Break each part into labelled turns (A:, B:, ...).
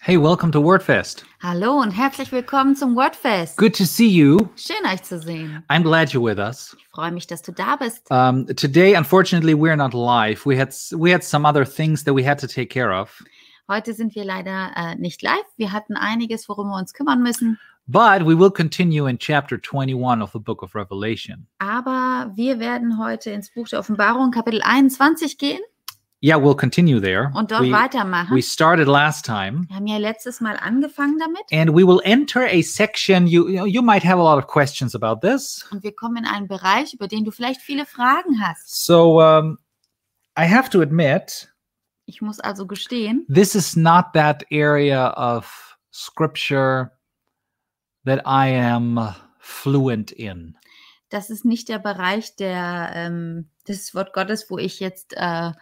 A: Hey, welcome to WordFest.
B: Hallo und herzlich willkommen zum Wordfest.
A: Good to see you.
B: Schön euch zu sehen.
A: I'm glad you're with us.
B: Ich freue mich, dass du da bist.
A: Um, today, unfortunately, we're not live. We had s- we had some other things that we had to take care of,
B: Heute sind wir leider äh, nicht live. Wir hatten einiges, worum wir uns kümmern müssen.
A: but we will continue in chapter 21 of the book of Revelation.
B: Aber wir werden heute ins Buch der Offenbarung, Kapitel 21 gehen
A: Yeah, we'll continue there.
B: und dort
A: we,
B: weitermachen.
A: we started last time,
B: Wir haben ja letztes Mal angefangen damit
A: and we will enter a section. You you, know, you might have a lot of questions about this,
B: und wir kommen in einen Bereich, über den du vielleicht viele Fragen hast.
A: so um, I have to admit
B: Ich muss also gestehen,
A: this is not that area of scripture that I am fluent in.
B: das ist nicht der Bereich der, ähm, des Wort Gottes, wo ich jetzt, äh,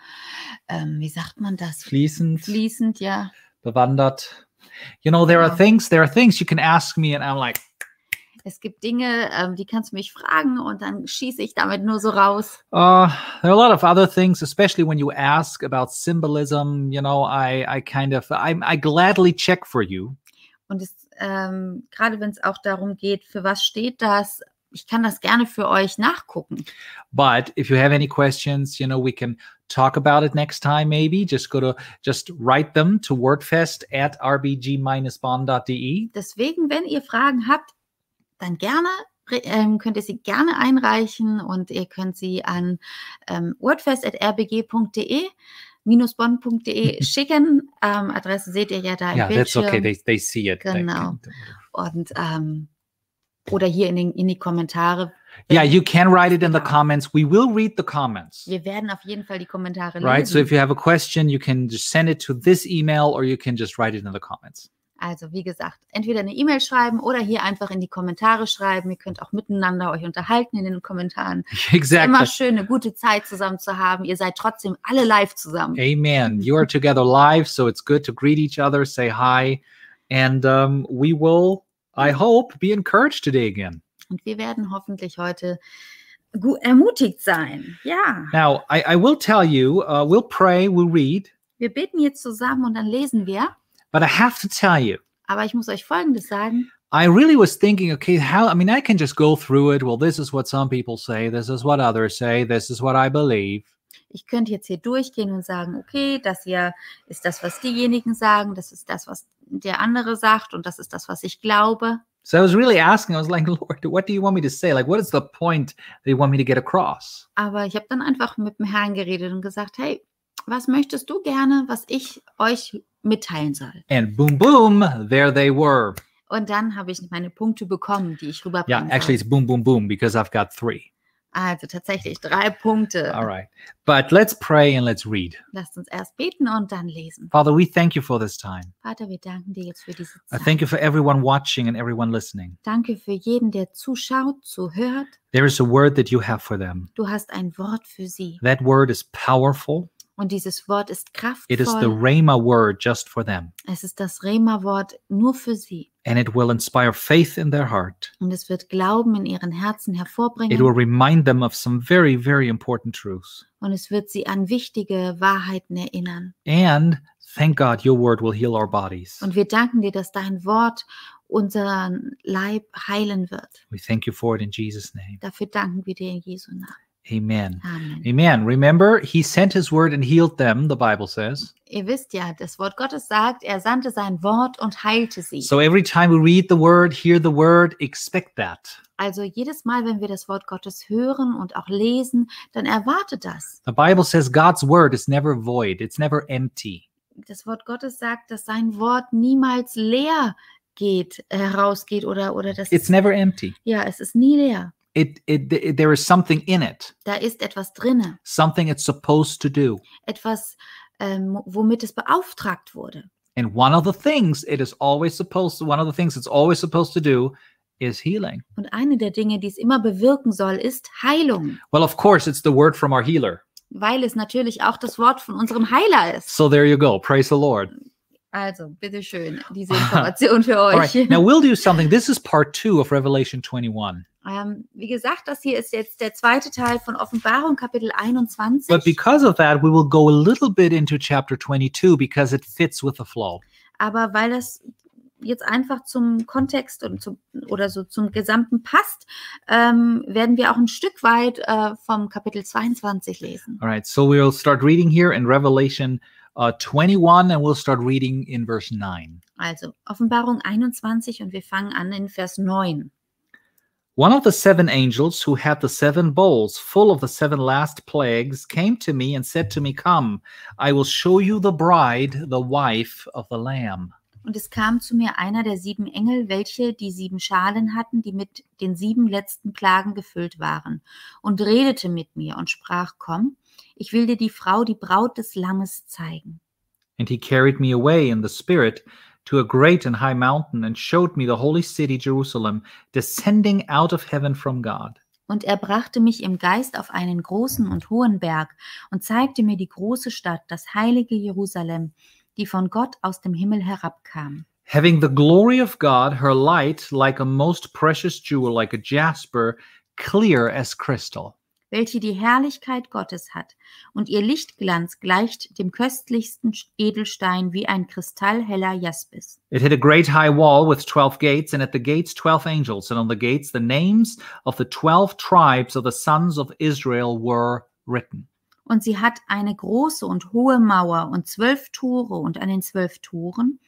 B: ähm, wie sagt man das?
A: Fließend,
B: Fließend, ja.
A: bewandert. You know, there are
B: Wow.
A: things, there are things you can ask me and I'm like,
B: Es gibt Dinge, ähm, die kannst du mich fragen und dann schieße ich damit nur so raus.
A: uh, there are a lot of other things, especially when you ask about symbolism, you know, I, I kind of, I, I gladly check for you.
B: Und es, ähm, gerade wenn es auch darum geht, für was steht das, ich kann das gerne für euch nachgucken.
A: But if you have any questions, you know, we can talk about it next time, maybe. Just go to, just write them to wordfest at rbg-bond.de.
B: Deswegen, wenn ihr Fragen habt, dann gerne re- ähm, könnt ihr sie gerne einreichen und ihr könnt sie an ähm, wordfest.rbg.de bonn.de e schicken. Ähm, Adresse seht ihr ja da im
A: Yeah, Mhm. that's
B: Bildschirm.
A: okay. They, they see it. They
B: Genau.
A: can-
B: und, ähm, oder hier in, den, in die Kommentare.
A: yeah,
B: wenn-
A: you can write it in the
B: Genau.
A: comments. We will read the comments.
B: Wir werden auf jeden Fall die Kommentare lesen.
A: Right. So if you have a question, you can just send it to this email or you can just write it in the comments.
B: also wie gesagt, entweder eine E-Mail schreiben oder hier einfach in die Kommentare schreiben. Ihr könnt auch miteinander euch unterhalten in den Kommentaren. Immer
A: exactly.
B: schön, eine gute Zeit zusammen zu haben. Ihr seid trotzdem alle live zusammen.
A: Amen. You are together live. So it's good to greet each other, say hi. And um, we will, I hope, be encouraged today again.
B: Und wir werden hoffentlich heute gu- ermutigt sein. Ja,
A: Now, I, I will tell you, uh, we'll pray, we'll read,
B: wir beten jetzt zusammen und dann lesen wir.
A: but I have to tell you,
B: Aber ich muss euch Folgendes sagen.
A: I really was thinking, okay, how? I mean, I can just go through it. Well, this is what some people say. This is what others say. This is what I believe.
B: Ich könnte jetzt hier durchgehen und sagen, okay, das hier ist das, was diejenigen sagen, das ist das, was der andere sagt und das ist das, was ich glaube.
A: So I was really asking, I was like, Lord, what do you want me to say? Like, what is the point that you want me to get across?
B: Aber ich habe dann einfach mit dem Herrn geredet und gesagt, hey, was möchtest du gerne, was ich euch mitteilen soll?
A: And boom, boom, there they were.
B: Und dann habe ich meine Punkte bekommen, die ich
A: Yeah,
B: rüberbringen
A: actually,
B: soll.
A: it's boom, boom, boom because I've got three.
B: Also tatsächlich drei Punkte.
A: All right. But let's pray and let's read.
B: Lasst uns erst beten und dann lesen.
A: Father, we thank you for this time.
B: Vater, wir danken dir jetzt für diese
A: I
B: Zeit.
A: thank you for everyone watching and everyone listening.
B: Danke für jeden, der zuschaut, zuhört.
A: There is a word that you have for them.
B: Du hast ein Wort für sie.
A: That word is powerful.
B: Und dieses Wort ist
A: It is the
B: kraftvoll.
A: Rhema word just for them.
B: Es ist das Rema-Wort nur für sie.
A: and it will inspire faith in their heart.
B: Und es wird Glauben in ihren Herzen
A: It will
B: hervorbringen.
A: remind them of some very, very important truths.
B: Und es wird sie an wichtige Wahrheiten erinnern.
A: And thank God, your word will heal our bodies.
B: Und wir danken dir, dass dein Wort unseren Leib heilen wird.
A: We thank you for it in Jesus' name.
B: Dafür danken wir dir in Jesu Namen.
A: Amen.
B: Amen.
A: Amen. Remember, he sent his word and healed them, the Bible says.
B: Ihr wisst ja, das Wort Gottes sagt, er sandte sein Wort und heilte sie.
A: So every time we read the word, hear the word, expect that.
B: Also jedes Mal, wenn wir das Wort Gottes hören und auch lesen, dann erwarte das.
A: The Bible says God's word is never void, it's never empty.
B: Das Wort Gottes sagt, dass sein Wort niemals leer geht, herausgeht oder, oder das
A: It's never empty.
B: Ja, es ist nie leer.
A: It, it, it there is something in it,
B: Da ist etwas drinne,
A: something it's supposed to do.
B: etwas, ähm, womit es beauftragt wurde.
A: And one of the things it is always supposed to, one of the things it's always supposed to do is healing.
B: Und eine der Dinge, die es immer bewirken soll, ist Heilung,
A: Well, of course, it's the word from our healer.
B: weil es natürlich auch das Wort von unserem Heiler ist.
A: So there you go. Praise the Lord.
B: Also, bitteschön, diese Information für euch.
A: All right. Now we'll do something. This is part two of Revelation 21.
B: Ähm, wie gesagt, das hier ist jetzt der zweite Teil von Offenbarung, Kapitel
A: But
B: 21.
A: because of that, we will go a little bit into chapter 22 because it fits with the flow.
B: Aber weil das jetzt einfach zum Kontext und zum, oder so zum Gesamten passt, ähm, werden wir auch ein Stück weit äh, vom Kapitel 22 lesen.
A: All right, so we'll start reading here in Revelation uh, 21 and we'll start reading in verse 9.
B: Also Offenbarung 21 und wir fangen an in Vers 9.
A: One of the seven angels who had the seven bowls full of the seven last plagues came to me and said to me, Come, I will show you the bride, the wife of the Lamb.
B: Und es kam zu mir einer der sieben Engel, welche die sieben Schalen hatten, die mit den sieben letzten Plagen gefüllt waren, und redete mit mir und sprach, komm, ich will dir die Frau, die Braut des Lammes zeigen.
A: And he carried me away in the Spirit to a great and high mountain and showed me the holy city, Jerusalem, descending out of heaven from God.
B: Und er brachte mich im Geist auf einen großen und hohen Berg und zeigte mir die große Stadt, das heilige Jerusalem, die von Gott aus dem Himmel herabkam.
A: Having the glory of God, her light like a most precious jewel, like a jasper, clear as crystal.
B: welche die Herrlichkeit Gottes hat, und ihr Lichtglanz gleicht dem köstlichsten Edelstein wie ein kristallheller Jaspis.
A: It had a great high wall with 12 gates, and at the gates 12 angels, and on the gates the names of the 12 tribes of the sons of Israel were written.
B: Und sie hat eine große und hohe Mauer und zwölf Tore, und an den zwölf Toren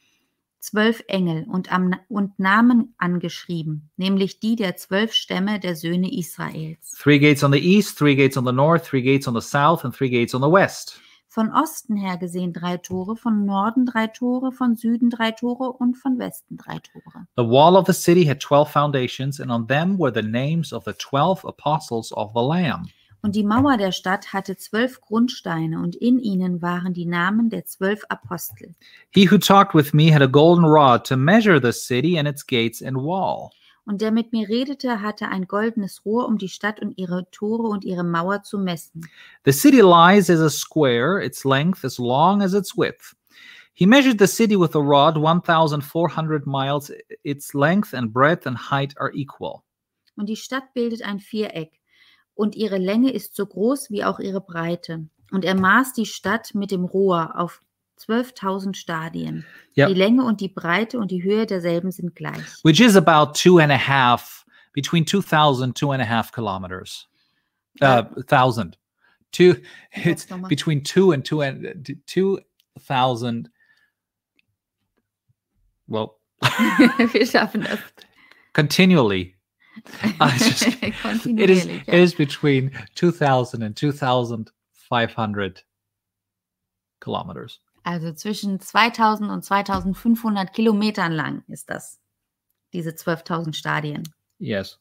B: zwölf Engel und, am, und Namen angeschrieben, nämlich die der zwölf Stämme der Söhne Israels.
A: Three gates on the east, three gates on the north, three gates on the south, and three gates on the west.
B: Von Osten her gesehen drei Tore, von Norden drei Tore, von Süden drei Tore und von Westen drei Tore.
A: The wall of the city had 12 foundations, and on them were the names of the 12 apostles of the Lamb.
B: Und die Mauer der Stadt hatte zwölf Grundsteine, und in ihnen waren die Namen der zwölf Apostel.
A: He who talked with me had a golden rod to measure the city and its gates and wall.
B: Und der mit mir redete, hatte ein goldenes Rohr, um die Stadt und ihre Tore und ihre Mauer zu messen.
A: The city lies as a square, its length as long as its width. He measured the city with a rod 1,400 miles. Its length and breadth and height are equal.
B: Und die Stadt bildet ein Viereck, und ihre Länge ist so groß wie auch ihre Breite. Und er maß die Stadt mit dem Rohr auf 12.000 Stadien.
A: Ja.
B: Die Länge und die Breite und die Höhe derselben sind gleich.
A: which is about two and a half between 2000 two and a half kilometers uh thousand two it's
B: nochmal.
A: between two and two and two thousand well
B: Wir schaffen das.
A: continually I just- it is
B: Kontinuierlich.
A: it is between 2000 and 2500 kilometers
B: Also zwischen 2000 und 2500 Kilometern lang ist das, diese 12.000 Stadien.
A: yes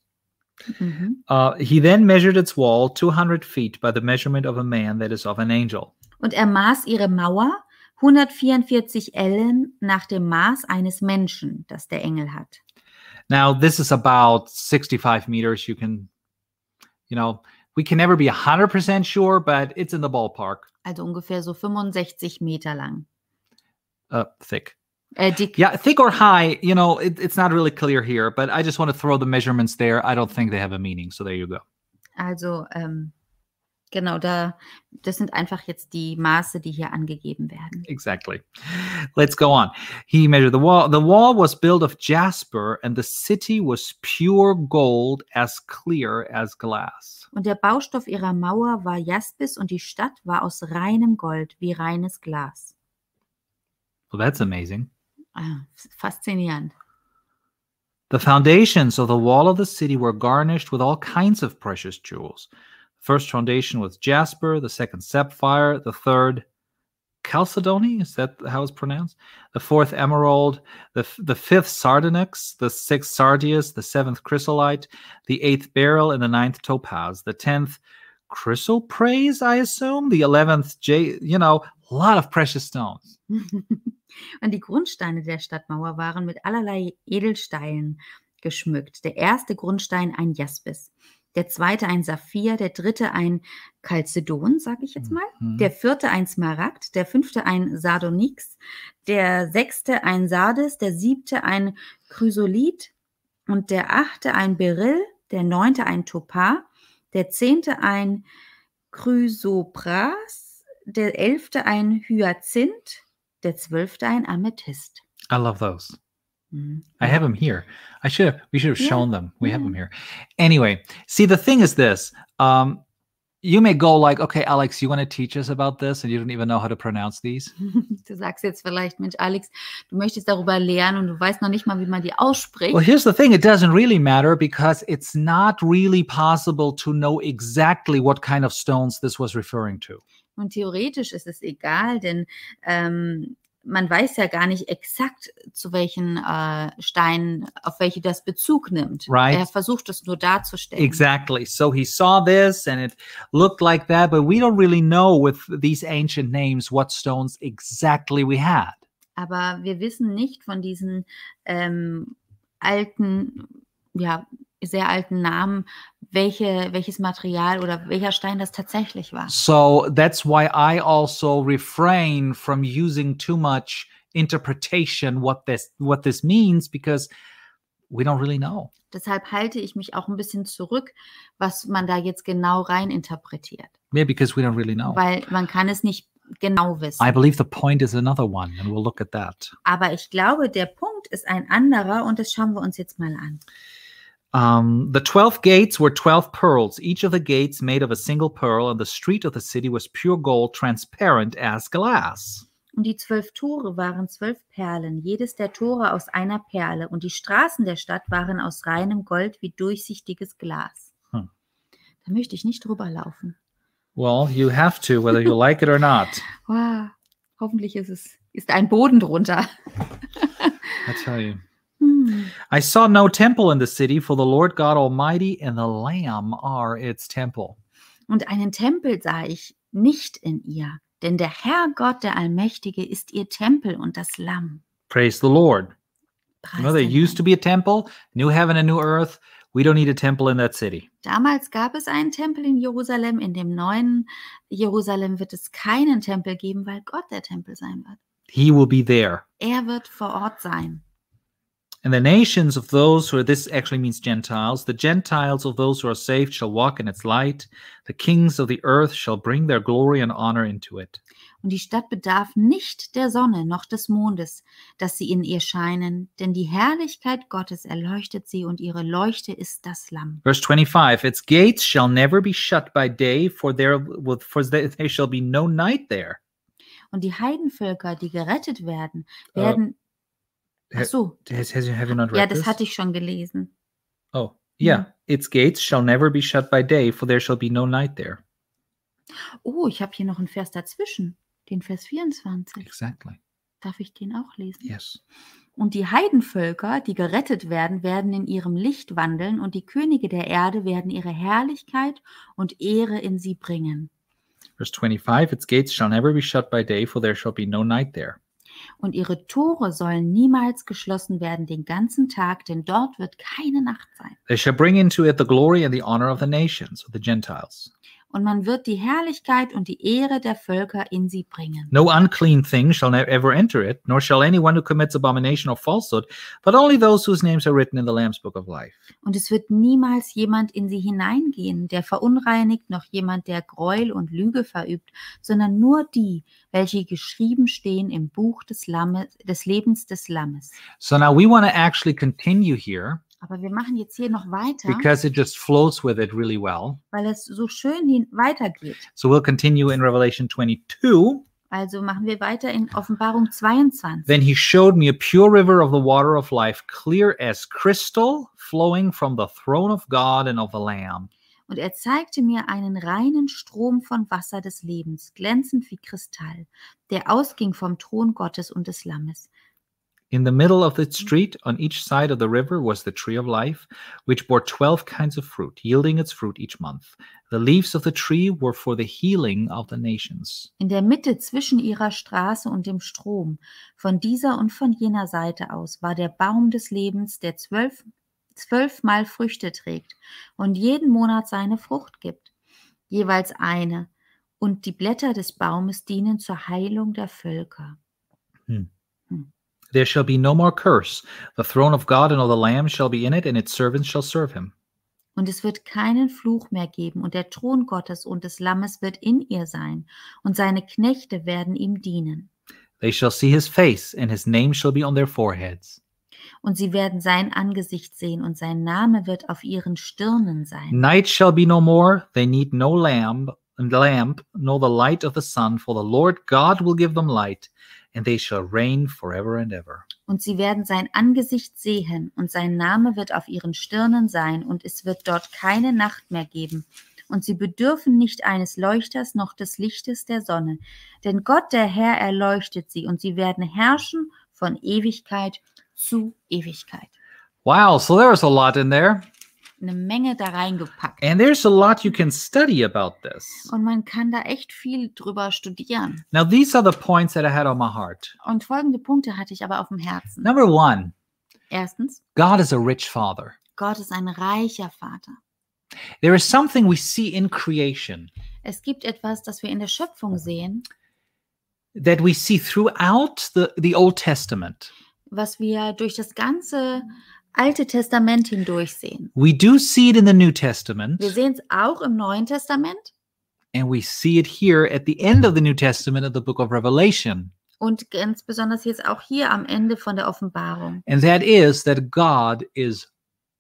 B: Mhm.
A: uh, he then measured its wall 200 feet by the measurement of a man that is of an angel
B: Und er maß ihre Mauer 144 Ellen nach dem Maß eines Menschen, das der Engel hat.
A: Now, this is about 65 meters. You can, you know, we can never be 100% sure, but it's in the ballpark,
B: Also ungefähr so 65 Meter lang.
A: uh, thick.
B: Äh, dick.
A: Yeah, thick or high, you know, it, it's not really clear here, but I just want to throw the measurements there. I don't think they have a meaning. So there you go.
B: Also ähm, genau da, das sind einfach jetzt die Maße, die hier angegeben werden.
A: Exactly. Let's go on. He measured the wall. The wall was built of jasper, and the city was pure gold, as clear as glass.
B: Und der Baustoff ihrer Mauer war Jaspis und die Stadt war aus reinem Gold wie reines Glas.
A: Well, that's amazing.
B: Ah, faszinierend.
A: The foundations of the wall of the city were garnished with all kinds of precious jewels. The first foundation was jasper, the second sapphire, the third chalcedony, is that how it's pronounced? The fourth emerald, the, f- the fifth sardonyx, the sixth sardius, the seventh chrysolite, the eighth beryl, and the ninth topaz, the tenth chrysoprase, I assume, the eleventh, j- you know, a lot of precious stones.
B: Und die Grundsteine der Stadtmauer waren mit allerlei Edelsteinen geschmückt. Der erste Grundstein ein Jaspis, der zweite ein Saphir, der dritte ein Chalcedon, sage ich jetzt mal,
A: Mhm.
B: der vierte ein Smaragd, der fünfte ein Sardonyx, der sechste ein Sardes, der siebte ein Chrysolit und der achte ein Beryl, der neunte ein Topar, der zehnte ein Chrysopras, der elfte ein Hyazinth, der zwölfte ein Amethyst.
A: I love those.
B: Mhm.
A: I have them here. I should have. We should have
B: Yeah,
A: shown them. We have
B: yeah.
A: them here. Anyway, see the thing is this. Um, you may go like, okay, Alex, you want to teach us about this, and you don't even know how to pronounce these.
B: Du sagst jetzt vielleicht, Mensch, Alex, du möchtest darüber lernen und du weißt noch nicht mal, wie man die ausspricht.
A: Well, here's the thing. It doesn't really matter because it's not really possible to know exactly what kind of stones this was referring to.
B: Und theoretisch ist es egal, denn ähm, man weiß ja gar nicht exakt, zu welchen äh, Steinen, auf welche das Bezug nimmt.
A: Right.
B: Er versucht es nur darzustellen.
A: Exactly. So he saw this and it looked like that, but we don't really know with these ancient names what stones exactly we had.
B: Aber wir wissen nicht von diesen ähm, alten, ja, sehr alten Namen, welche, welches Material oder welcher Stein das tatsächlich war.
A: So that's why I also refrain from using too much interpretation what this what this means because we don't really know.
B: Deshalb halte ich mich auch ein bisschen zurück, was man da jetzt genau rein interpretiert.
A: Yeah, because we don't really know.
B: Weil man kann es nicht genau wissen.
A: I believe the point is another one, and we'll look at that.
B: Aber ich glaube, der Punkt ist ein anderer und das schauen wir uns jetzt mal an.
A: Um, the 12 gates were 12 pearls, each of the gates made of a single pearl, and the street of the city was pure gold, transparent as glass.
B: Und die zwölf Tore waren zwölf Perlen, jedes der Tore aus einer Perle, und die Straßen der Stadt waren aus reinem Gold wie durchsichtiges Glas.
A: Hm.
B: Da möchte ich nicht drüber laufen.
A: Well, you have to, whether you like it or not.
B: Wow. Hoffentlich ist es ist ein Boden drunter.
A: I tell you.
B: Hm.
A: I saw no temple in the city, for the Lord God Almighty and the Lamb are its temple.
B: Und einen Tempel sah ich nicht in ihr, denn der Herr Gott, der Allmächtige, ist ihr Tempel und das Lamm.
A: Praise the Lord.
B: Preis
A: You know, there
B: dem
A: used to be a temple, new heaven and new earth. We don't need a temple in that city.
B: Damals gab es einen Tempel in Jerusalem. In dem neuen Jerusalem wird es keinen Tempel geben, weil Gott der Tempel sein wird.
A: He will be there.
B: Er wird vor Ort sein.
A: And the nations of those who are, this actually means Gentiles, the Gentiles of those who are saved shall walk in its light. The kings of the earth shall bring their glory and honor into it.
B: Und die Stadt bedarf nicht der Sonne noch des Mondes, dass sie in ihr scheinen, denn die Herrlichkeit Gottes erleuchtet sie und ihre Leuchte ist das Lamm.
A: Verse 25 Its gates shall never be shut by day, for there, will- for there there shall be no night there.
B: Und die Heidenvölker, die gerettet werden,
A: Äh,
B: werden.
A: Herr-
B: Ach so,
A: Uh, Has, has, have you not read
B: ja,
A: this?
B: das hatte ich schon gelesen.
A: Oh, yeah.
B: Mhm.
A: Its gates shall never be shut by day, for there shall be no night there.
B: Oh, ich habe hier noch einen Vers dazwischen, den Vers 24.
A: Exactly.
B: Darf ich den auch lesen?
A: Yes.
B: Und die Heidenvölker, die gerettet werden, werden in ihrem Licht wandeln, und die Könige der Erde werden ihre Herrlichkeit und Ehre in sie bringen.
A: Verse 25 Its gates shall never be shut by day, for there shall be no night there.
B: Und ihre Tore sollen niemals geschlossen werden den ganzen Tag, denn dort wird keine Nacht sein.
A: They shall bring into it the glory and the honor of the nations, of the Gentiles.
B: Und man wird die Herrlichkeit und die Ehre der Völker in sie bringen.
A: No unclean thing shall ne- ever enter it, nor shall anyone who commits abomination or falsehood, but only those whose names are written in the Lamb's book of life.
B: Und es wird niemals jemand in sie hineingehen, der verunreinigt, noch jemand, der Gräuel und Lüge verübt, sondern nur die, welche geschrieben stehen im Buch des, Lammes, des Lebens des Lammes.
A: So now we want to actually continue here
B: Aber wir machen jetzt hier noch weiter,
A: because it just flows with it really well.
B: weil es so schön hin weitergeht.
A: So we'll continue in Revelation 22.
B: Also machen wir weiter in Offenbarung 22.
A: Then he showed me a pure river of the water of life, clear as crystal, flowing from the throne of God and of the Lamb.
B: Und er zeigte mir einen reinen Strom von Wasser des Lebens, glänzend wie Kristall, der ausging vom Thron Gottes und des Lammes.
A: In the middle of the street, on each side of the river, was the tree of life, which bore twelve kinds of fruit, yielding its fruit each month. The leaves of the tree were for the healing of the nations.
B: In der Mitte zwischen ihrer Straße und dem Strom, von dieser und von jener Seite aus, war der Baum des Lebens, der zwölf, zwölfmal Früchte trägt und jeden Monat seine Frucht gibt, jeweils eine. Und die Blätter des Baumes dienen zur Heilung der Völker.
A: There shall be no more curse. The throne of God and of the Lamb shall be in it, and its servants shall serve him.
B: Und es wird keinen Fluch mehr geben, und der Thron Gottes und des Lammes wird in ihr sein, und seine Knechte werden ihm dienen.
A: They shall see his face, and his name shall be on their foreheads.
B: und sie werden sein Angesicht sehen und sein Name wird auf ihren Stirnen sein.
A: Night shall be no more. They need no lamp, and lamp, nor the light of the sun, for the Lord God will give them light, and they shall reign forever and ever.
B: Und sie werden sein Angesicht sehen und sein Name wird auf ihren Stirnen sein und es wird dort keine Nacht mehr geben. Und sie bedürfen nicht eines Leuchters noch des Lichtes der Sonne, denn Gott der Herr erleuchtet sie und sie werden herrschen von Ewigkeit zu Ewigkeit.
A: Wow, so there's a lot in there.
B: Eine Menge da reingepackt.
A: And there's a lot you can study about this.
B: Und man kann da echt viel drüber studieren.
A: Now, these are the points that I had on my heart.
B: Und folgende Punkte hatte ich aber auf dem Herzen.
A: Number one,
B: Erstens,
A: God is a rich father.
B: Gott ist ein reicher Vater.
A: There is something we see in creation
B: Es gibt etwas, das wir in der Schöpfung sehen,
A: that we see throughout the, the Old Testament.
B: was wir durch das ganze Alte Testament hindurch sehen.
A: We do see it in the New Testament,
B: Wir sehen es auch im Neuen Testament
A: and we see it here at the end of the New Testament of the book of Revelation.
B: und ganz besonders jetzt auch hier am Ende von der Offenbarung.
A: And that is that God is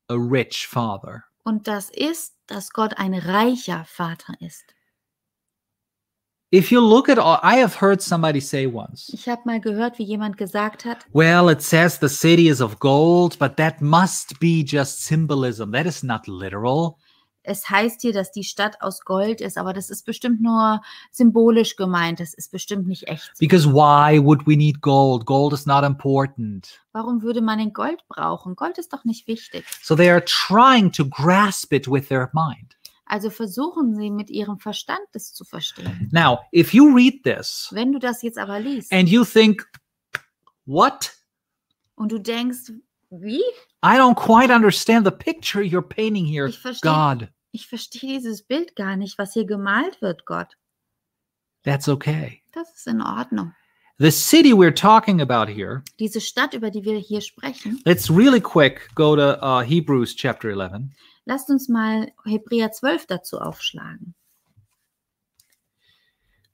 A: a rich father.
B: Und das ist, dass Gott ein reicher Vater ist.
A: If you look at all, I have heard somebody say once,
B: Ich habe mal gehört, wie jemand gesagt hat,
A: well, it says the city is of gold, but that must be just symbolism. That is not literal.
B: es heißt hier, dass die Stadt aus Gold ist, aber das ist bestimmt nur symbolisch gemeint, das ist bestimmt nicht echt.
A: Because why would we need gold? Gold is not important.
B: Warum würde man denn Gold brauchen? Gold ist doch nicht wichtig.
A: So they are trying to grasp it with their mind.
B: Also versuchen sie mit ihrem Verstand das zu verstehen.
A: Now, if you read this
B: Wenn du das jetzt aber liest
A: and you think, what?
B: und du denkst, wie?
A: I don't quite understand the picture you're painting here,
B: Ich verstehe
A: God.
B: ich verstehe dieses Bild gar nicht, was hier gemalt wird, Gott.
A: That's okay.
B: Das ist in Ordnung.
A: The city we're talking about here,
B: Diese Stadt, über die wir hier sprechen,
A: let's really quick go to uh, Hebrews chapter 11.
B: lasst uns mal Hebräer 12 dazu aufschlagen.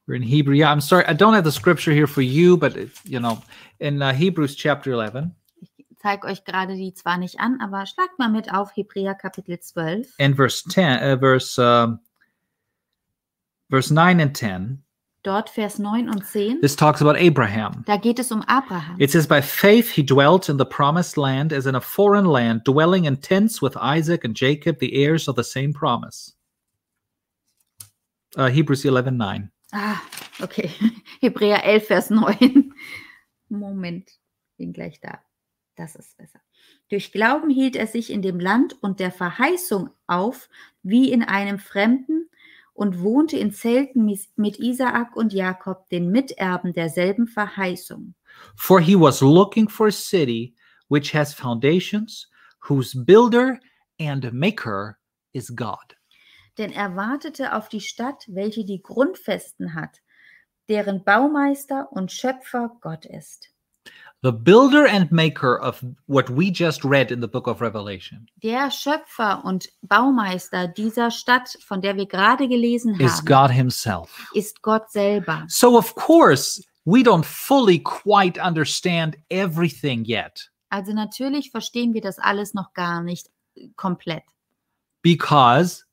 A: We're in Hebrew. Yeah, I'm sorry. I don't have the scripture here for you, but, it, you know, in uh, Hebrews chapter 11
B: Ich zeige euch gerade die zwar nicht an, aber schlagt mal mit auf Hebräer Kapitel 12
A: and verse 10, uh, verse, um, verse 9 and 10,
B: dort Vers 9 und 10.
A: this talks about Abraham.
B: Da geht es um Abraham.
A: It says, By faith he dwelt in the promised land as in a foreign land, dwelling in tents with Isaac and Jacob, the heirs of the same promise. Uh, Hebrews 11 9.
B: Ah, okay. Hebräer 11, Vers 9. Moment, bin gleich da. Das ist besser. Durch Glauben hielt er sich in dem Land und der Verheißung auf, wie in einem Fremden, und wohnte in Zelten mis- mit Isaak und Jakob, den Miterben derselben Verheißung.
A: For he was looking for a city which has foundations, whose builder and maker is God.
B: Denn er wartete auf die Stadt, welche die Grundfesten hat, deren Baumeister und Schöpfer Gott ist.
A: The builder and maker of what we just read in the book of Revelation
B: Der Schöpfer und Baumeister dieser Stadt, von der wir gerade gelesen
A: is
B: haben,
A: God himself.
B: ist Gott selber.
A: So, of course, we don't fully quite understand everything yet.
B: Also natürlich verstehen wir das alles noch gar nicht äh, komplett,
A: because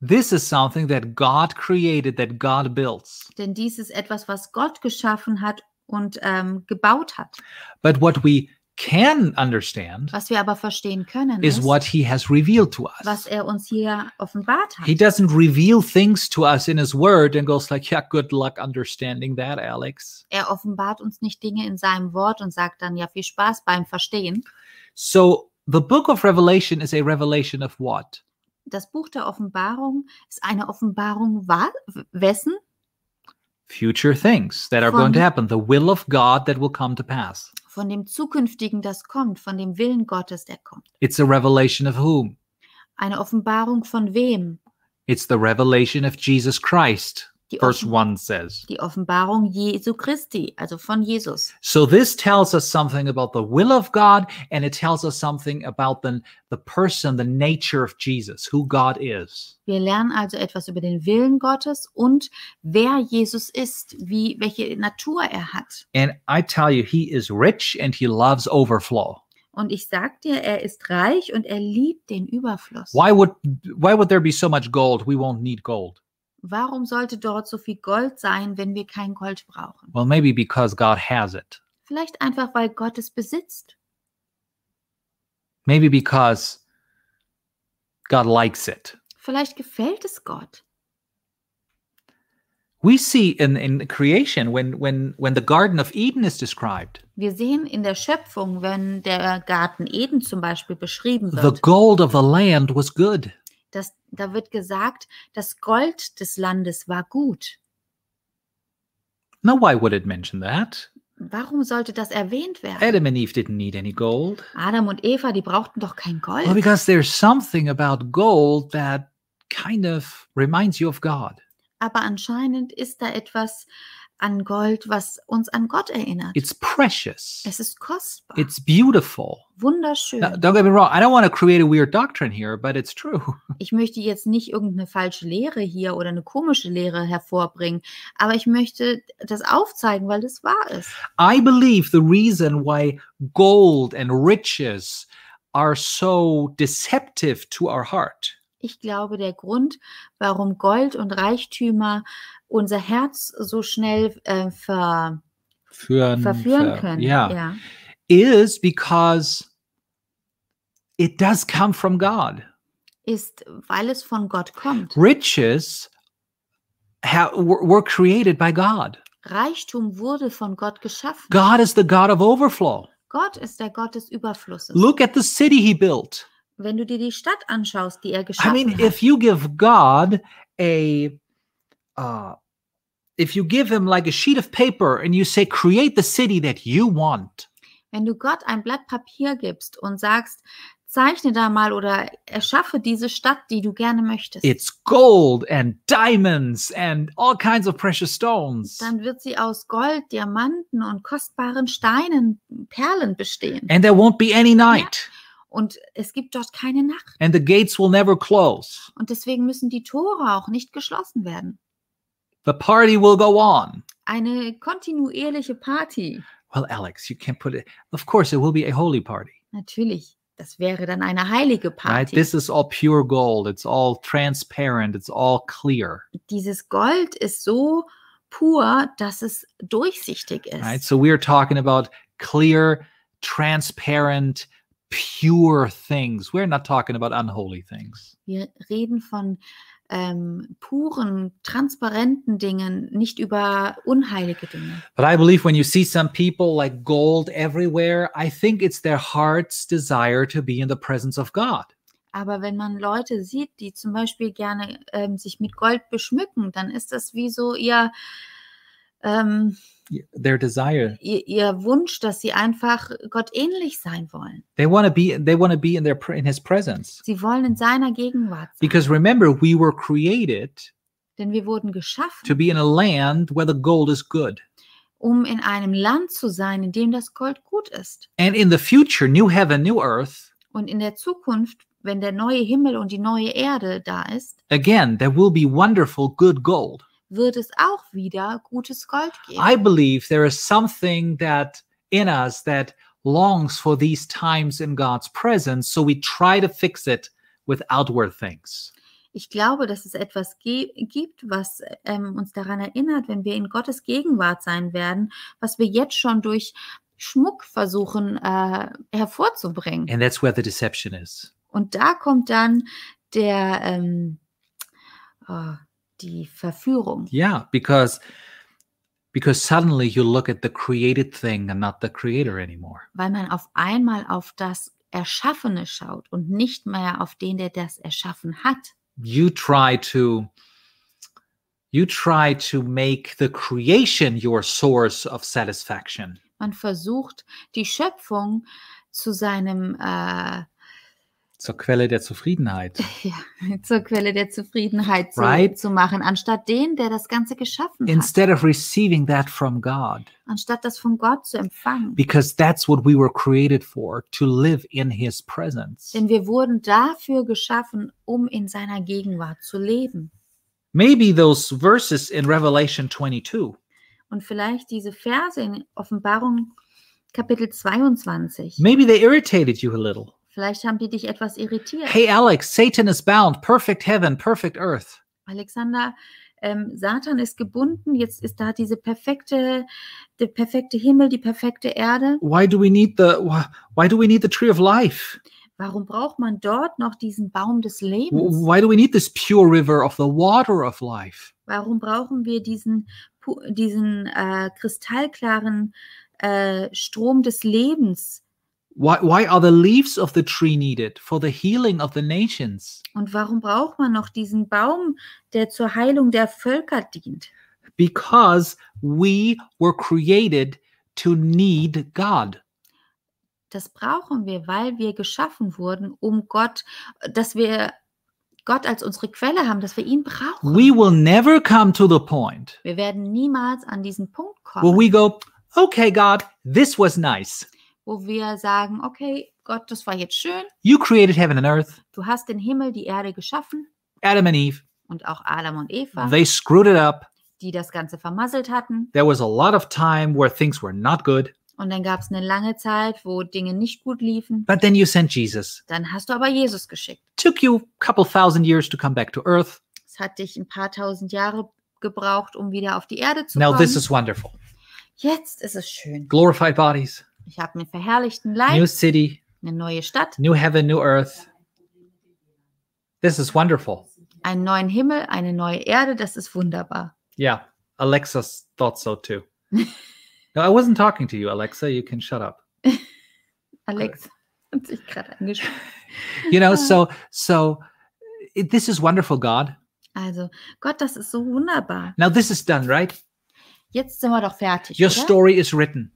A: this is something that God created, that God builds.
B: denn dies ist etwas, was Gott geschaffen hat und ähm, gebaut hat.
A: But what we can understand
B: Was wir aber verstehen können,
A: is
B: ist,
A: what He has revealed to us.
B: was er uns hier offenbart hat.
A: He doesn't reveal things to us in His Word and goes like, "Yeah, good luck understanding that, Alex."
B: Er offenbart uns nicht Dinge in seinem Wort und sagt dann ja viel Spaß beim Verstehen.
A: So the Book of Revelation is a revelation of what?
B: Das Buch der Offenbarung ist eine Offenbarung wa wessen?
A: Future things that are going to
B: Von-
A: happen, the will of God that will come to pass.
B: Von dem Zukünftigen, das kommt, von dem Willen Gottes, der kommt.
A: It's a revelation of whom?
B: Eine Offenbarung von wem?
A: It's the revelation of Jesus Christ.
B: Die,
A: verse
B: Offen-
A: 1 says.
B: die Offenbarung Jesu Christi, also von Jesus.
A: So this tells us something about the will of God and it tells us something about the, the person, the nature of Jesus, who God is.
B: Wir lernen also etwas über den Willen Gottes und wer Jesus ist, wie, welche Natur er hat.
A: And I tell you, he is rich and he loves overflow.
B: Und ich sag dir, er ist reich und er liebt den Überfluss.
A: Why would why would there be so much gold? We won't need gold.
B: Warum sollte dort so viel Gold sein, wenn wir kein Gold brauchen?
A: Well, maybe because God has it.
B: Vielleicht einfach, weil Gott es besitzt.
A: Maybe because God likes it.
B: Vielleicht gefällt es Gott.
A: We see in, in creation when when when the Garden of Eden is described,
B: Wir sehen in der Schöpfung, wenn der Garten Eden zum Beispiel beschrieben
A: the
B: wird,
A: gold of the land was good.
B: dass, da wird gesagt, das Gold des Landes war gut.
A: Now why would it mention that?
B: Warum sollte das erwähnt werden?
A: Adam and Eve didn't need any gold.
B: Adam und Eva, die brauchten doch kein Gold.
A: Well, because there's something about gold that kind of reminds you of God.
B: Aber anscheinend ist da etwas an Gold, was uns an Gott erinnert.
A: It's precious.
B: es ist kostbar,
A: It's beautiful.
B: wunderschön.
A: Now, don't get me wrong. I don't want to create a weird doctrine here, but it's true.
B: ich möchte jetzt nicht irgendeine falsche Lehre hier oder eine komische Lehre hervorbringen, aber ich möchte das aufzeigen, weil das wahr ist.
A: I believe the reason why gold and riches are so deceptive to our heart
B: Ich glaube, der Grund, warum Gold und Reichtümer unser Herz so schnell äh, ver,
A: Führen-
B: verführen
A: ver-
B: können,
A: yeah,
B: ja,
A: is because it does come from God.
B: ist, weil es von Gott kommt.
A: Riches ha- were were created by God.
B: Reichtum wurde von Gott geschaffen.
A: God is the God of overflow.
B: Gott ist der Gott des Überflusses.
A: Look at the city he built.
B: Wenn du dir die Stadt anschaust, die er
A: I
B: geschaffen
A: mean,
B: hat,
A: if you give God a, uh, if you give him like a sheet of paper and you say, create the city that you want,
B: wenn du Gott ein Blatt Papier gibst und sagst, zeichne da mal oder erschaffe diese Stadt, die du gerne möchtest,
A: it's gold and diamonds and all kinds of precious stones.
B: dann wird sie aus Gold, Diamanten und kostbaren Steinen, Perlen bestehen.
A: And there won't be any night.
B: Und es gibt dort keine Nacht.
A: And the gates will never close.
B: Und deswegen müssen die Tore auch nicht geschlossen werden.
A: The party will go on.
B: Eine kontinuierliche Party.
A: Well, Alex, you can't put it. Of course, it will be a holy party,
B: Natürlich, das wäre dann eine heilige
A: right?
B: Party.
A: This is all pure gold. It's all transparent. It's all clear,
B: dieses Gold ist so pur, dass es durchsichtig ist.
A: right? So we are talking about clear, transparent, pure things. We're not talking about unholy things.
B: Wir reden von ähm, puren, transparenten Dingen, nicht über unheilige Dinge.
A: But I believe when you see some people like gold everywhere, I think it's their heart's desire to be in the presence of God.
B: Aber wenn man Leute sieht, die zum Beispiel gerne ähm, sich mit Gold beschmücken, dann ist das wie so ihr, ähm,
A: Y- Their desire.
B: ihr, ihr Wunsch, dass sie einfach Gott ähnlich sein wollen.
A: They want to be they want to be in their pre- in his presence.
B: Sie wollen in seiner Gegenwart sein.
A: Because remember, we were created
B: denn wir wurden
A: to
B: geschaffen,
A: be in a land where the gold is good.
B: um in einem Land zu sein, in dem das Gold gut ist.
A: And in the future, new heaven, new earth,
B: Und in der Zukunft, wenn der neue Himmel und die neue Erde da ist,
A: again, there will be wonderful, good gold.
B: wird es auch wieder gutes Gold geben.
A: I believe there is something that in us that longs for these times in God's presence. So we try to fix it with outward things.
B: Ich glaube, dass es etwas ge- gibt, was ähm, uns daran erinnert, wenn wir in Gottes Gegenwart sein werden, was wir jetzt schon durch Schmuck versuchen äh, hervorzubringen.
A: And that's where the deception is.
B: Und da kommt dann der, ähm, oh, die Verführung.
A: Yeah, because because suddenly you look at the created thing and not the creator anymore.
B: weil man auf einmal auf das Erschaffene schaut und nicht mehr auf den, der das erschaffen hat.
A: you try to you try to make the creation your source of satisfaction
B: Man versucht, die Schöpfung zu seinem äh,
A: zur Quelle der Zufriedenheit.
B: ja, zur Quelle der Zufriedenheit zu,
A: Right.
B: zu machen, anstatt den, der das Ganze geschaffen hat,
A: Instead of receiving that from God,
B: anstatt das von Gott zu empfangen.
A: because that's what we were created for to live in His presence.
B: Denn wir wurden dafür geschaffen, um in seiner Gegenwart zu leben.
A: Maybe those verses in Revelation 22
B: Und vielleicht diese Verse in Offenbarung Kapitel 22.
A: Maybe they irritated you a little.
B: Vielleicht haben die dich etwas irritiert.
A: Hey, Alex, Satan is bound, perfect heaven, perfect earth.
B: Alexander, ähm, Satan ist gebunden. Jetzt ist da diese perfekte, der perfekte Himmel, die perfekte Erde.
A: Why do we need the why, why do we need the tree of life?
B: Warum braucht man dort noch diesen Baum des
A: W-
B: Lebens?
A: Why do we need this pure river of the water of life?
B: Warum brauchen wir diesen, pu- diesen äh, kristallklaren äh, Strom des Lebens?
A: Why why are the leaves of the tree needed for the healing of the nations?
B: Und warum braucht man noch diesen Baum, der zur Heilung der Völker dient?
A: Because we were created to need God.
B: Das brauchen wir, weil wir geschaffen wurden, um Gott, dass wir Gott als unsere Quelle haben, dass wir ihn brauchen.
A: We will never come to the point
B: wir werden niemals an diesen Punkt kommen,
A: where we go, okay, God, this was nice.
B: wo wir sagen, okay, Gott, das war jetzt schön,
A: You created heaven and earth,
B: du hast den Himmel, die Erde geschaffen
A: Adam and Eve.
B: und auch Adam und Eva,
A: They screwed it up.
B: die das Ganze vermasselt hatten.
A: There was a lot of time where things were not good.
B: Und dann gab es eine lange Zeit, wo Dinge nicht gut liefen.
A: But then you sent Jesus.
B: Dann hast du aber Jesus geschickt.
A: Took you a couple thousand years to come back to earth.
B: Es hat dich ein paar tausend Jahre gebraucht, um wieder auf die Erde zu
A: Now
B: kommen.
A: this is wonderful.
B: jetzt ist es schön.
A: Glorified bodies,
B: Ich habe einen verherrlichten
A: new
B: Leib,
A: city,
B: eine neue Stadt,
A: new heaven, new earth. This is wonderful.
B: einen neuen Himmel, eine neue Erde. Das ist wunderbar.
A: Yeah, Alexa s- thought so too. no, I wasn't talking to you, Alexa. You can shut up.
B: Alex hat sich gerade angeschaut.
A: You know,
B: Ah.
A: so so it, this is wonderful, God.
B: Also, Gott, das ist so wunderbar.
A: Now this is done, right?
B: Jetzt sind wir doch fertig.
A: Your
B: Oder?
A: story is written.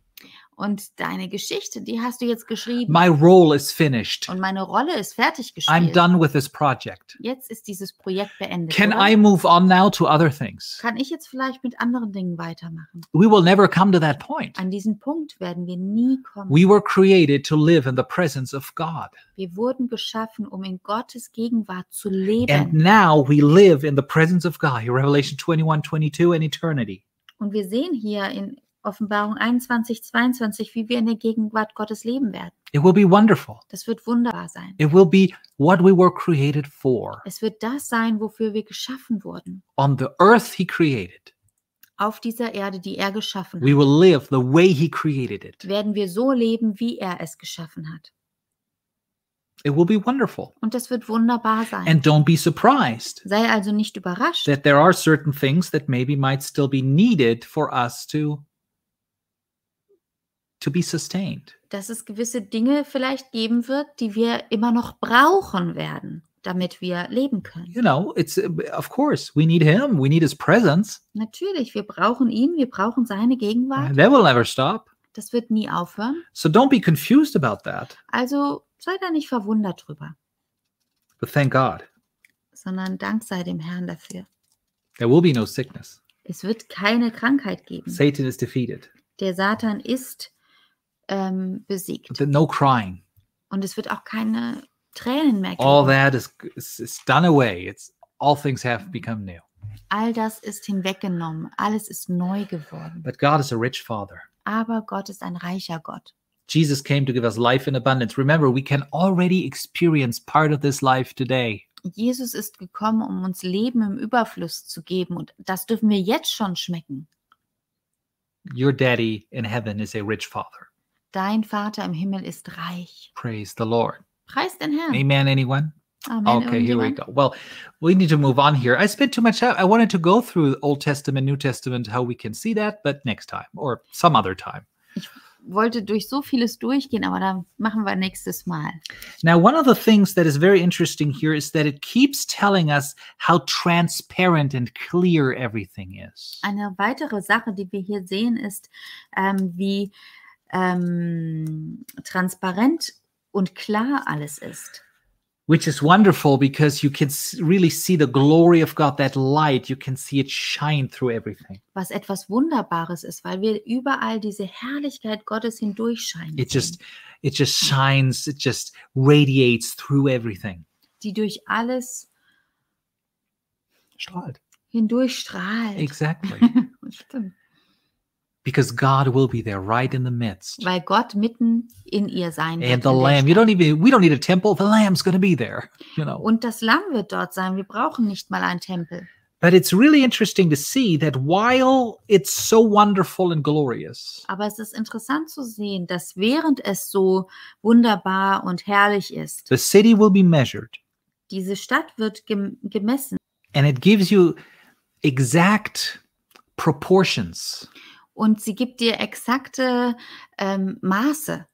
B: Und deine Geschichte, die hast du jetzt geschrieben.
A: My role is finished.
B: Und meine Rolle ist fertig
A: I'm
B: gespielt.
A: done with this project.
B: Jetzt ist dieses Projekt beendet.
A: Can
B: oder?
A: I move on now to other things?
B: Kann ich jetzt vielleicht mit anderen Dingen weitermachen?
A: We will never come to that point.
B: An diesen Punkt werden wir nie kommen.
A: We were created to live in the presence of God.
B: wir wurden geschaffen, um in Gottes Gegenwart zu
A: And
B: leben.
A: now we live in the presence of God. Here, Revelation 21, 22, and eternity.
B: Und wir sehen hier in Offenbarung 21, 22, wie wir in der Gegenwart Gottes leben werden.
A: It will be wonderful.
B: Das wird wunderbar sein.
A: It will be what we were created for.
B: Es wird das sein, wofür wir geschaffen wurden.
A: On the earth he created.
B: Auf dieser Erde, die er geschaffen
A: We
B: hat,
A: will live the way he created it.
B: werden wir so leben, wie er es geschaffen hat.
A: It will be wonderful.
B: Und das wird wunderbar sein.
A: And don't be surprised
B: Sei also nicht überrascht,
A: that there are certain things that maybe might still be needed for us to to be sustained
B: dass es gewisse Dinge vielleicht geben wird, die wir immer noch brauchen werden, damit wir leben können.
A: you know it's uh, of course we need him we need his presence
B: Natürlich, wir brauchen ihn, wir brauchen seine Gegenwart.
A: that will never stop
B: Das wird nie aufhören.
A: so don't be confused about that
B: Also sei da nicht verwundert drüber,
A: but thank god
B: sondern Dank sei dem Herrn dafür.
A: there will be no sickness
B: Es wird keine Krankheit geben.
A: satan is defeated
B: Der Satan ist ähm, besiegt.
A: Th- no crying
B: Und es wird auch keine Tränen mehr
A: all
B: geben.
A: that is is, is done away it's all things have become new
B: All das ist hinweggenommen. Alles ist neu geworden.
A: but god is a rich father
B: Aber Gott ist ein reicher Gott.
A: jesus came to give us life in abundance remember we can already experience part of this life today
B: Jesus ist gekommen, um uns Leben im Überfluss zu geben. Und das dürfen wir jetzt schon schmecken.
A: Your daddy in heaven is a rich father.
B: Dein Vater im Himmel ist reich.
A: Praise the Lord.
B: Preis den Herrn.
A: Amen, anyone?
B: Hmm. Amen.
A: Okay, here we
B: irgendjemand?
A: go. Well, we need to move on here. I spent too much time. I wanted to go through Old Testament, New Testament, how we can see that, but next time or some other time.
B: Wollte durch so vieles durchgehen, aber da machen wir nächstes Mal.
A: Now, one of the things that is very interesting here is that it keeps telling us how transparent and clear everything is.
B: Eine weitere Sache, die wir hier sehen, ist, ähm, wie ähm, transparent und klar alles ist.
A: which is wonderful because you can s- really see the glory of God, that light. You can see it shine through everything.
B: was etwas Wunderbares ist, weil wir überall diese Herrlichkeit Gottes hindurchscheinen,
A: It just it just shines, it just radiates through everything.
B: die durch alles
A: Strahlt.
B: hindurchstrahlt.
A: Exactly.
B: Stimmt.
A: because God will be there right in the midst.
B: Weil Gott mitten in ihr sein
A: and
B: wird.
A: the
B: in der
A: lamb you don't even we don't need a temple the lamb's going to be there you
B: Stadt.
A: know
B: Und das Lamm wird dort sein. Wir brauchen nicht mal einen Tempel.
A: but it's really interesting to see that while it's so wonderful and glorious
B: Aber es ist interessant zu sehen, dass während es so wunderbar und herrlich ist,
A: the city will be measured
B: diese Stadt wird gem gemessen
A: and it gives you exact proportions
B: und sie gibt dir exakte ähm, Maße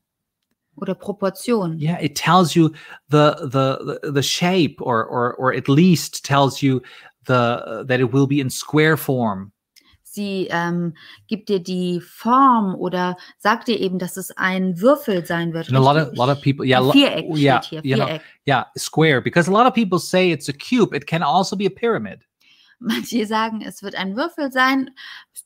B: oder Proportionen.
A: yeah it tells you the the the- the shape or or or at least tells you the that it will be in square form
B: Sie ähm, gibt dir die Form oder sagt dir eben, dass es ein Würfel sein wird.
A: and a lot of
B: richtig?
A: lot of people yeah
B: Ein
A: lo-
B: Viereck
A: yeah
B: steht
A: you
B: hier.
A: know
B: Viereck.
A: yeah square because a lot of people say it's a cube it can also be a pyramid
B: Manche sagen, es wird ein Würfel sein.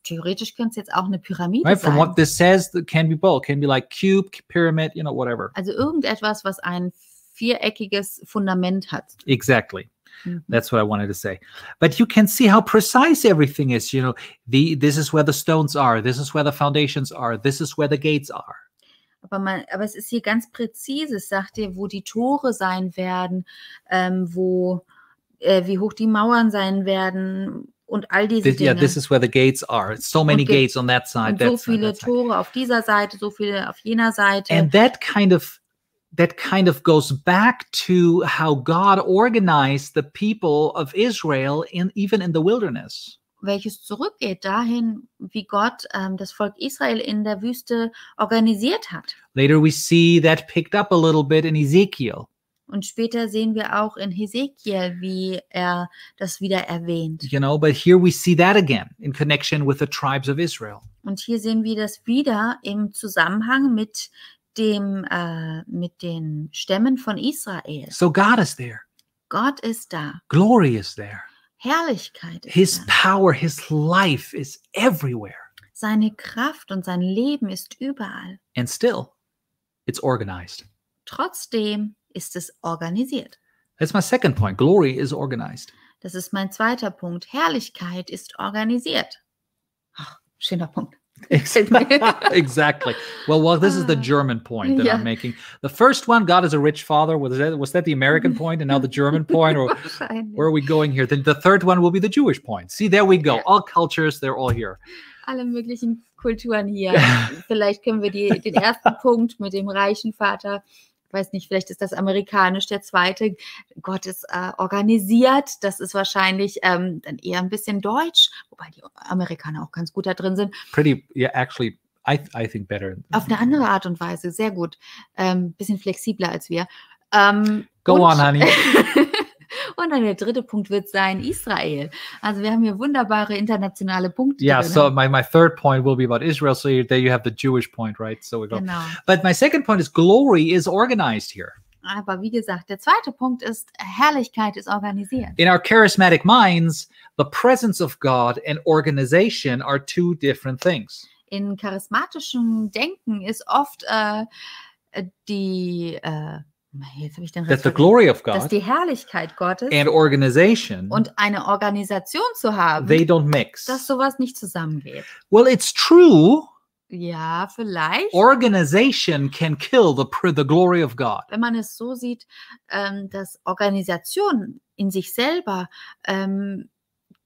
B: Theoretisch könnte es jetzt auch eine Pyramide
A: right
B: sein.
A: from what this says that can be both can be like cube pyramid you know whatever
B: also irgendetwas, was ein viereckiges Fundament hat.
A: exactly
B: Mhm.
A: that's what i wanted to say but you can see how precise everything is you know the this is where the stones are this is where the foundations are this is where the gates are
B: Aber, man, aber es ist hier ganz präzise, es sagt dir, wo die Tore sein werden, ähm, wo, äh, wie hoch die Mauern sein werden und all diese
A: This-
B: Dinge.
A: yeah this is where the gates are so many
B: Okay.
A: gates on that side
B: und so
A: that side,
B: viele
A: that side.
B: Tore auf dieser Seite, so viele auf jener Seite.
A: and that kind of that kind of goes back to how god organized the people of israel in even in the wilderness
B: welches zurückgeht dahin, wie Gott ähm, das Volk Israel in der Wüste organisiert hat.
A: Later, we see that picked up a little bit in Ezekiel.
B: Und später sehen wir auch in Hesekiel, wie er das wieder erwähnt.
A: You know, but here we see that again in connection with the tribes of Israel.
B: Und hier sehen wir das wieder im Zusammenhang mit dem äh, mit den Stämmen von Israel.
A: So God is there,
B: Gott ist da,
A: glory is there,
B: Herrlichkeit
A: His
B: ist da.
A: power, His life is everywhere.
B: Seine Kraft und sein Leben ist überall.
A: And still, it's organized.
B: Trotzdem ist es organisiert.
A: That's my second point. Glory is organized.
B: Das ist mein zweiter Punkt. Herrlichkeit ist organisiert. Ach, schöner Punkt.
A: exactly. Well, well, this is the
B: Ah.
A: German point that
B: Yeah.
A: I'm making. The first one, God is a rich father. Was that, was that the American point and now the German point? Or
B: Wahrscheinlich.
A: Where are we going here? Then the third one will be the Jewish point. See, there we go.
B: Yeah.
A: All cultures, they're all here.
B: Alle möglichen Kulturen hier. vielleicht können wir die, den ersten Punkt mit dem reichen Vater, weiß nicht, vielleicht ist das amerikanisch, der zweite, Gott ist äh, organisiert. Das ist wahrscheinlich ähm, dann eher ein bisschen deutsch, wobei die Amerikaner auch ganz gut da drin sind.
A: Pretty, yeah, actually, I, th- I think better.
B: Auf eine andere Art und Weise, sehr gut. Ähm, bisschen flexibler als wir. Ähm,
A: Go
B: und-
A: on, honey.
B: Und dann der dritte Punkt wird sein Israel. Also wir haben hier wunderbare internationale Punkte.
A: Yeah,
B: drin.
A: so my, my third point will be about Israel. So you- there you have the Jewish point, right? So we go.
B: genau.
A: But my second point is glory is organized here.
B: Aber wie gesagt, der zweite Punkt ist Herrlichkeit ist organisiert.
A: In our charismatic minds, the presence of God and organization are two different things.
B: In charismatischem Denken ist oft äh, äh, die äh, jetzt habe ich den
A: That the
B: Rest vergessen.
A: glory of
B: dass
A: God
B: die Herrlichkeit Gottes
A: and organization,
B: und eine Organisation zu haben,
A: they don't mix.
B: dass sowas nicht zusammengeht.
A: Well, it's true.
B: Ja, vielleicht.
A: organization can kill the pr- the glory of God.
B: wenn man es so sieht, ähm, dass Organisation in sich selber ähm,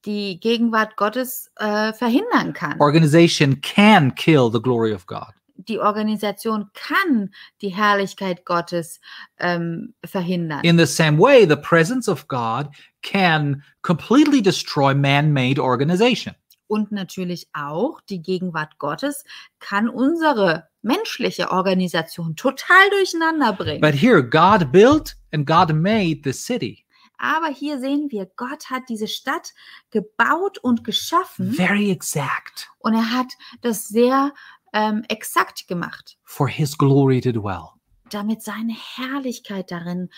B: die Gegenwart Gottes äh, verhindern kann.
A: Organization can kill the glory of God.
B: die Organisation kann die Herrlichkeit Gottes ähm, verhindern.
A: In the same way, the presence of God can completely destroy man-made organization.
B: Und natürlich auch die Gegenwart Gottes kann unsere menschliche Organisation total durcheinander bringen.
A: But here, God built and God made the city.
B: Aber hier sehen wir, Gott hat diese Stadt gebaut und geschaffen
A: Very exact
B: und er hat das sehr ähm, exakt gemacht.
A: for his glory to dwell.
B: damit seine Herrlichkeit darin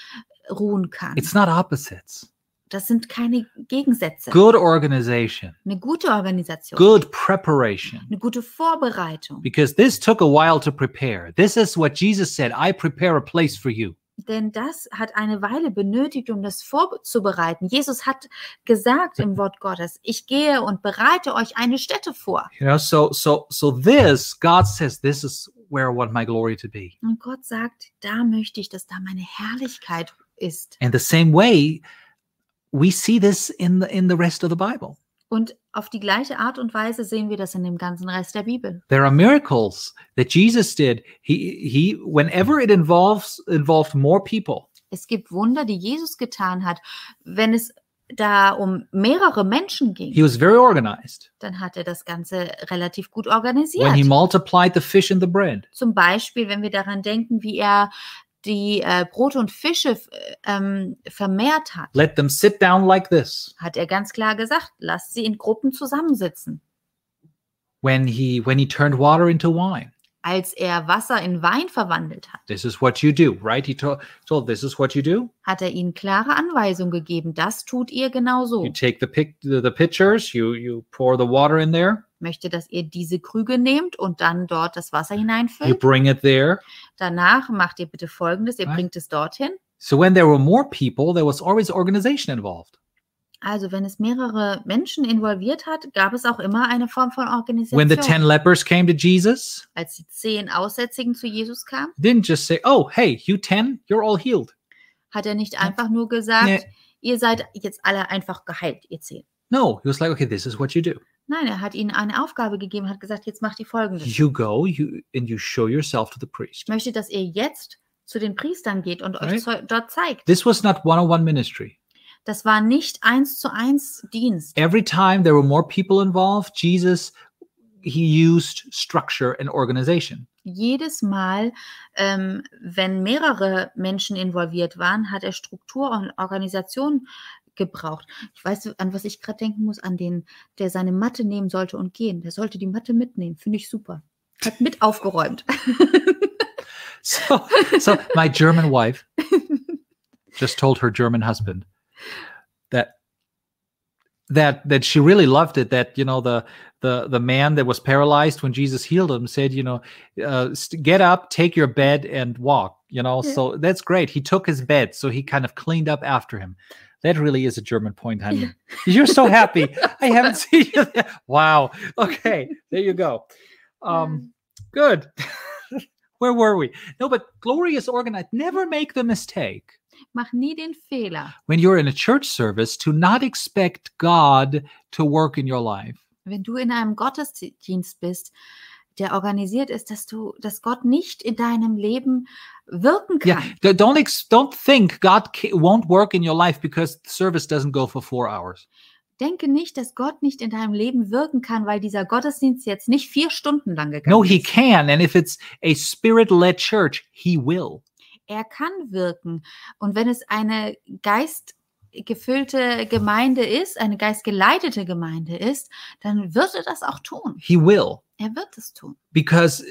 B: ruhen kann.
A: It's not opposites.
B: Das sind keine Gegensätze.
A: Good organization,
B: Eine gute Organisation,
A: good preparation.
B: eine gute Vorbereitung.
A: Because this took a while to prepare. This is what Jesus said I prepare a place for you.
B: Denn das hat eine Weile benötigt, um das vorzubereiten. Jesus hat gesagt im Wort Gottes, ich gehe und bereite euch eine Stätte vor.
A: You know, so so so this God says this is where I want my glory to be.
B: Und Gott sagt, da möchte ich, dass da meine Herrlichkeit ist.
A: And the same way we see this in the in the rest of the Bible.
B: Und auf die gleiche Art und Weise sehen wir das in dem ganzen Rest der Bibel.
A: There are miracles that Jesus did. He he whenever it involves involved more people,
B: Es gibt Wunder, die Jesus getan hat. Wenn es da um mehrere Menschen ging,
A: he was very organized.
B: dann hat er das Ganze relativ gut
A: When
B: organisiert.
A: he multiplied the fish and the bread,
B: Zum Beispiel, wenn wir daran denken, wie er die äh, Brote und Fische f- äh, ähm, vermehrt hat,
A: let them sit down like this.
B: hat er ganz klar gesagt, lasst sie in Gruppen zusammensitzen.
A: When he when he turned water into wine.
B: Als er Wasser in Wein verwandelt hat,
A: This is what you do, right? He told told this is what you do.
B: hat er ihnen klare Anweisungen gegeben, das tut ihr genau genauso.
A: You take the pic the, the pitchers, you you pour the water in there,
B: Möchte, dass ihr diese Krüge nehmt und dann dort das Wasser
A: you
B: hineinfüllt.
A: bring it there.
B: Danach macht ihr bitte folgendes, ihr
A: Was?
B: bringt es dorthin.
A: So when there were more people, there was always organization involved.
B: Also wenn es mehrere Menschen involviert hat, gab es auch immer eine Form von
A: When the
B: Organisation.
A: 10 lepers came to Jesus,
B: Als die zehn Aussätzigen zu Jesus kamen,
A: didn't just say, "Oh, hey, you 10, you're all healed."
B: hat er nicht
A: Ja.
B: einfach nur gesagt,
A: Nee.
B: ihr seid jetzt alle einfach geheilt, ihr zehn.
A: No, he was like, "Okay, this is what you do.
B: Nein, er hat ihnen eine Aufgabe gegeben, hat gesagt, jetzt macht die folgende. Ich
A: You go, you and you show yourself to the priest."
B: möchte, dass ihr jetzt zu den Priestern geht und
A: Nee.
B: euch zeu- dort zeigt.
A: This was not one-on-one ministry.
B: Das war nicht eins zu eins Dienst.
A: Every time there were more people involved, Jesus he used structure and organization.
B: Jedes Mal, ähm, wenn mehrere Menschen involviert waren, hat er Struktur und Organisation gebraucht. Ich weiß, an was ich gerade denken muss, an den, der seine Matte nehmen sollte und gehen. Der sollte die Matte mitnehmen. Finde ich super. Hat mit aufgeräumt.
A: So, so my German wife just told her German husband that that that she really loved it. That you know the the the man that was paralyzed when Jesus healed him said, you know, uh, st- get up, take your bed, and walk. You know,
B: Yeah.
A: so that's great. He took his bed, so he kind of cleaned up after him. That really is a German point, honey. You're so happy. I haven't seen you. There. Wow. Okay, there you go. Um, Good. Where were we? No, but glory is organized. Never make the mistake
B: Mach nie den Fehler,
A: when you're in a church service to not expect God to work in your life.
B: wenn du in einem Gottesdienst bist, der organisiert ist, dass du, dass Gott nicht in deinem Leben wirken
A: Yeah,
B: kann.
A: d- don't ex- don't think God ca- won't work in your life because the service doesn't go for 4 hours.
B: Denke nicht, dass Gott nicht in deinem Leben wirken kann, weil dieser Gottesdienst jetzt nicht vier Stunden lang gegangen
A: No, he
B: ist.
A: can and if it's a spirit-led church, he will.
B: Er kann wirken. Und wenn es eine geistgefüllte Gemeinde ist, eine geistgeleitete Gemeinde ist, dann wird er das auch tun.
A: He will
B: Er wird es tun.
A: because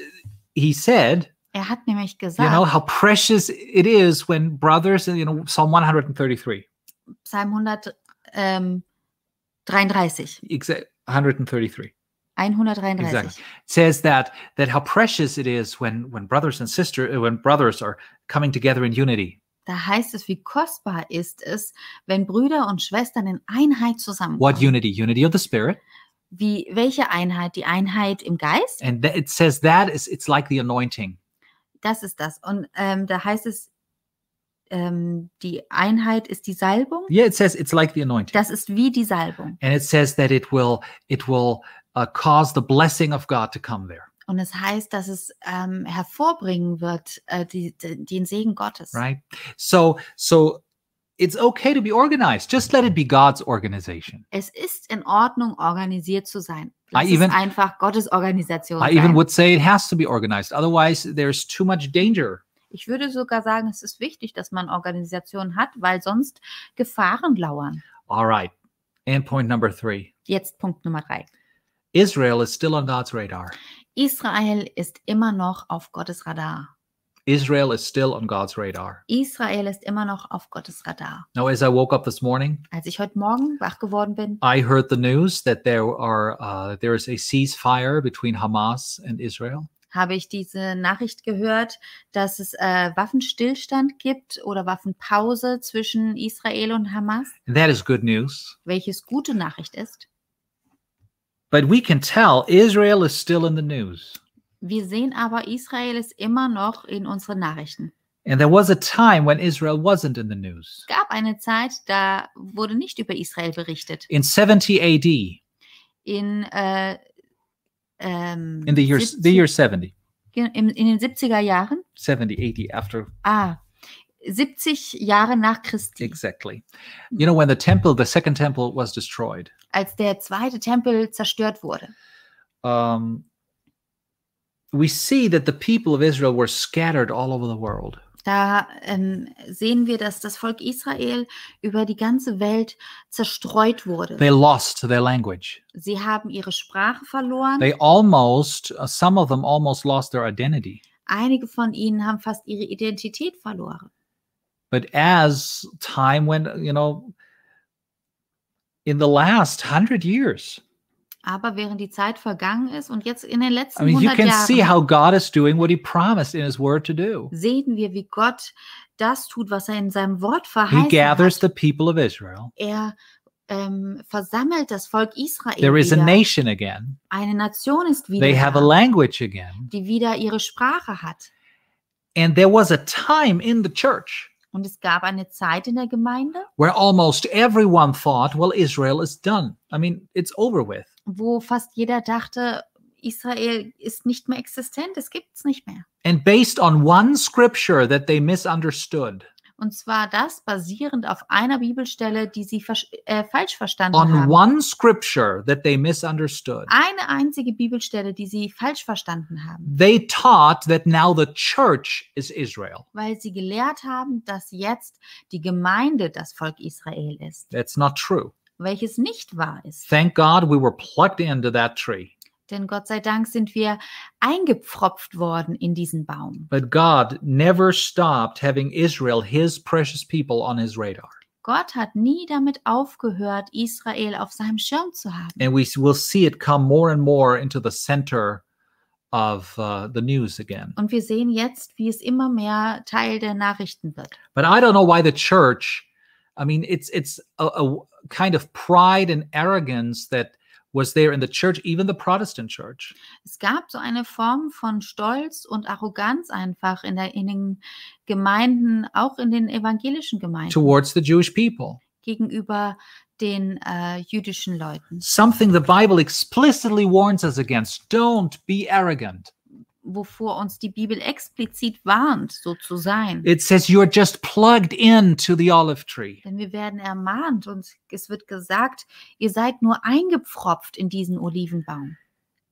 A: he said,
B: Er hat nämlich
A: you know,
B: gesagt,
A: how precious it is when brothers, you know, Psalm 133.
B: Psalm ähm, 133,
A: Exa- 133.
B: 133.
A: Exactly. says that that how precious it is when when brothers and sister uh, when brothers are coming together in unity
B: Da heißt es, wie kostbar ist es, wenn Brüder und Schwestern in Einheit
A: what
B: zusammenkommen.
A: unity unity of the spirit
B: Wie, welche Einheit? Die Einheit im Geist?
A: and th- it says that is it's like the anointing
B: Das ist das. Und ähm, da heißt es, ähm, die Einheit ist die Salbung.
A: yeah it says it's like the anointing
B: Das ist wie die Salbung.
A: and it says that it will it will uh, cause the blessing of god to come there
B: Und es heißt, dass es ähm, hervorbringen wird, äh, die, die, den Segen Gottes.
A: right so so it's okay to be organized just let it be god's organization
B: Es ist in Ordnung, organisiert zu sein. Lass
A: even-
B: es einfach Gottes Organisation
A: i
B: sein.
A: even would say it has to be organized otherwise there's too much danger
B: Ich würde sogar sagen, es ist wichtig, dass man Organisationen hat, weil sonst Gefahren lauern.
A: all right and point number three
B: Jetzt Punkt Nummer drei.
A: israel is still on god's radar
B: Israel ist immer noch auf Gottes Radar.
A: Israel is still on God's radar.
B: Israel ist immer noch auf Gottes Radar.
A: Now, as I woke up this morning,
B: Als ich heute Morgen wach geworden bin,
A: I heard the news that there are uh, there is a ceasefire between Hamas and Israel.
B: habe ich diese Nachricht gehört, dass es äh, Waffenstillstand gibt oder Waffenpause zwischen Israel und Hamas,
A: And that is good news.
B: welches gute Nachricht ist.
A: But we can tell Israel is still in the news.
B: Wir sehen aber, Israel ist immer noch in unseren Nachrichten.
A: And there was a time when Israel wasn't in the news.
B: Es gab eine Zeit, da wurde nicht über Israel berichtet.
A: In 70 AD,
B: In, äh, ähm,
A: in the year the
B: 70
A: year 70,
B: Ge- in, in den 70er Jahren,
A: 70 AD after
B: ah, 70 Jahre nach Christi,
A: exactly. You know when the temple, the second temple was destroyed.
B: als der zweite Tempel zerstört wurde.
A: Um, we see that the people of Israel were scattered all over the world.
B: Da ähm, sehen wir, dass das Volk Israel über die ganze Welt zerstreut wurde.
A: They lost their language.
B: Sie haben ihre Sprache verloren.
A: They almost, uh, some of them almost lost their identity.
B: Einige von ihnen haben fast ihre Identität verloren.
A: But as time went, you know, in the last hundred years,
B: Aber während die Zeit vergangen ist und jetzt in den letzten
A: I mean, you
B: 100
A: can see
B: Jahren
A: how God is doing what He promised in His Word to do.
B: sehen wir, wie Gott das tut, was er in seinem Wort
A: He
B: verheißen
A: gathers
B: hat.
A: the people of Israel.
B: Er ähm, versammelt das Volk Israel
A: There is a
B: wieder.
A: nation again.
B: Eine Nation ist wieder,
A: They have a
B: da,
A: language again.
B: die wieder ihre Sprache hat.
A: And there was a time in the church
B: Und es gab eine Zeit in der Gemeinde,
A: where almost everyone thought, well, Israel is done. I mean, it's over with.
B: wo fast jeder dachte, Israel ist nicht mehr existent, es gibt es nicht mehr.
A: And based on one scripture that they misunderstood,
B: Und zwar das basierend auf einer Bibelstelle, die sie versch- äh, falsch verstanden
A: on
B: haben.
A: one scripture that they misunderstood,
B: eine einzige Bibelstelle, die sie falsch verstanden haben,
A: they taught that now the church is Israel.
B: weil sie gelehrt haben, dass jetzt die Gemeinde das Volk Israel ist,
A: That's not true.
B: welches nicht wahr ist.
A: Thank God we were plugged into that tree.
B: Denn Gott sei Dank sind wir eingepfropft worden in diesen Baum.
A: But God never stopped having Israel, his precious people, on his radar.
B: Gott hat nie damit aufgehört, Israel auf seinem Schirm zu haben.
A: And we s- will see it come more and more into the center of uh, the news again.
B: Und wir sehen jetzt, wie es immer mehr Teil der Nachrichten wird.
A: But I don't know why the church, I mean, it's it's a, a kind of pride and arrogance that was there in the church, even the Protestant church.
B: Es gab so eine Form von Stolz und Arroganz einfach in, der, in den Gemeinden, auch in den evangelischen Gemeinden.
A: towards the Jewish people.
B: gegenüber den äh, jüdischen Leuten,
A: Something the Bible explicitly warns us against. Don't be arrogant.
B: wovor uns die Bibel explizit warnt, so zu sein.
A: It says you're just plugged into the olive tree.
B: Denn wir werden ermahnt und es wird gesagt, ihr seid nur eingepfropft in diesen Olivenbaum.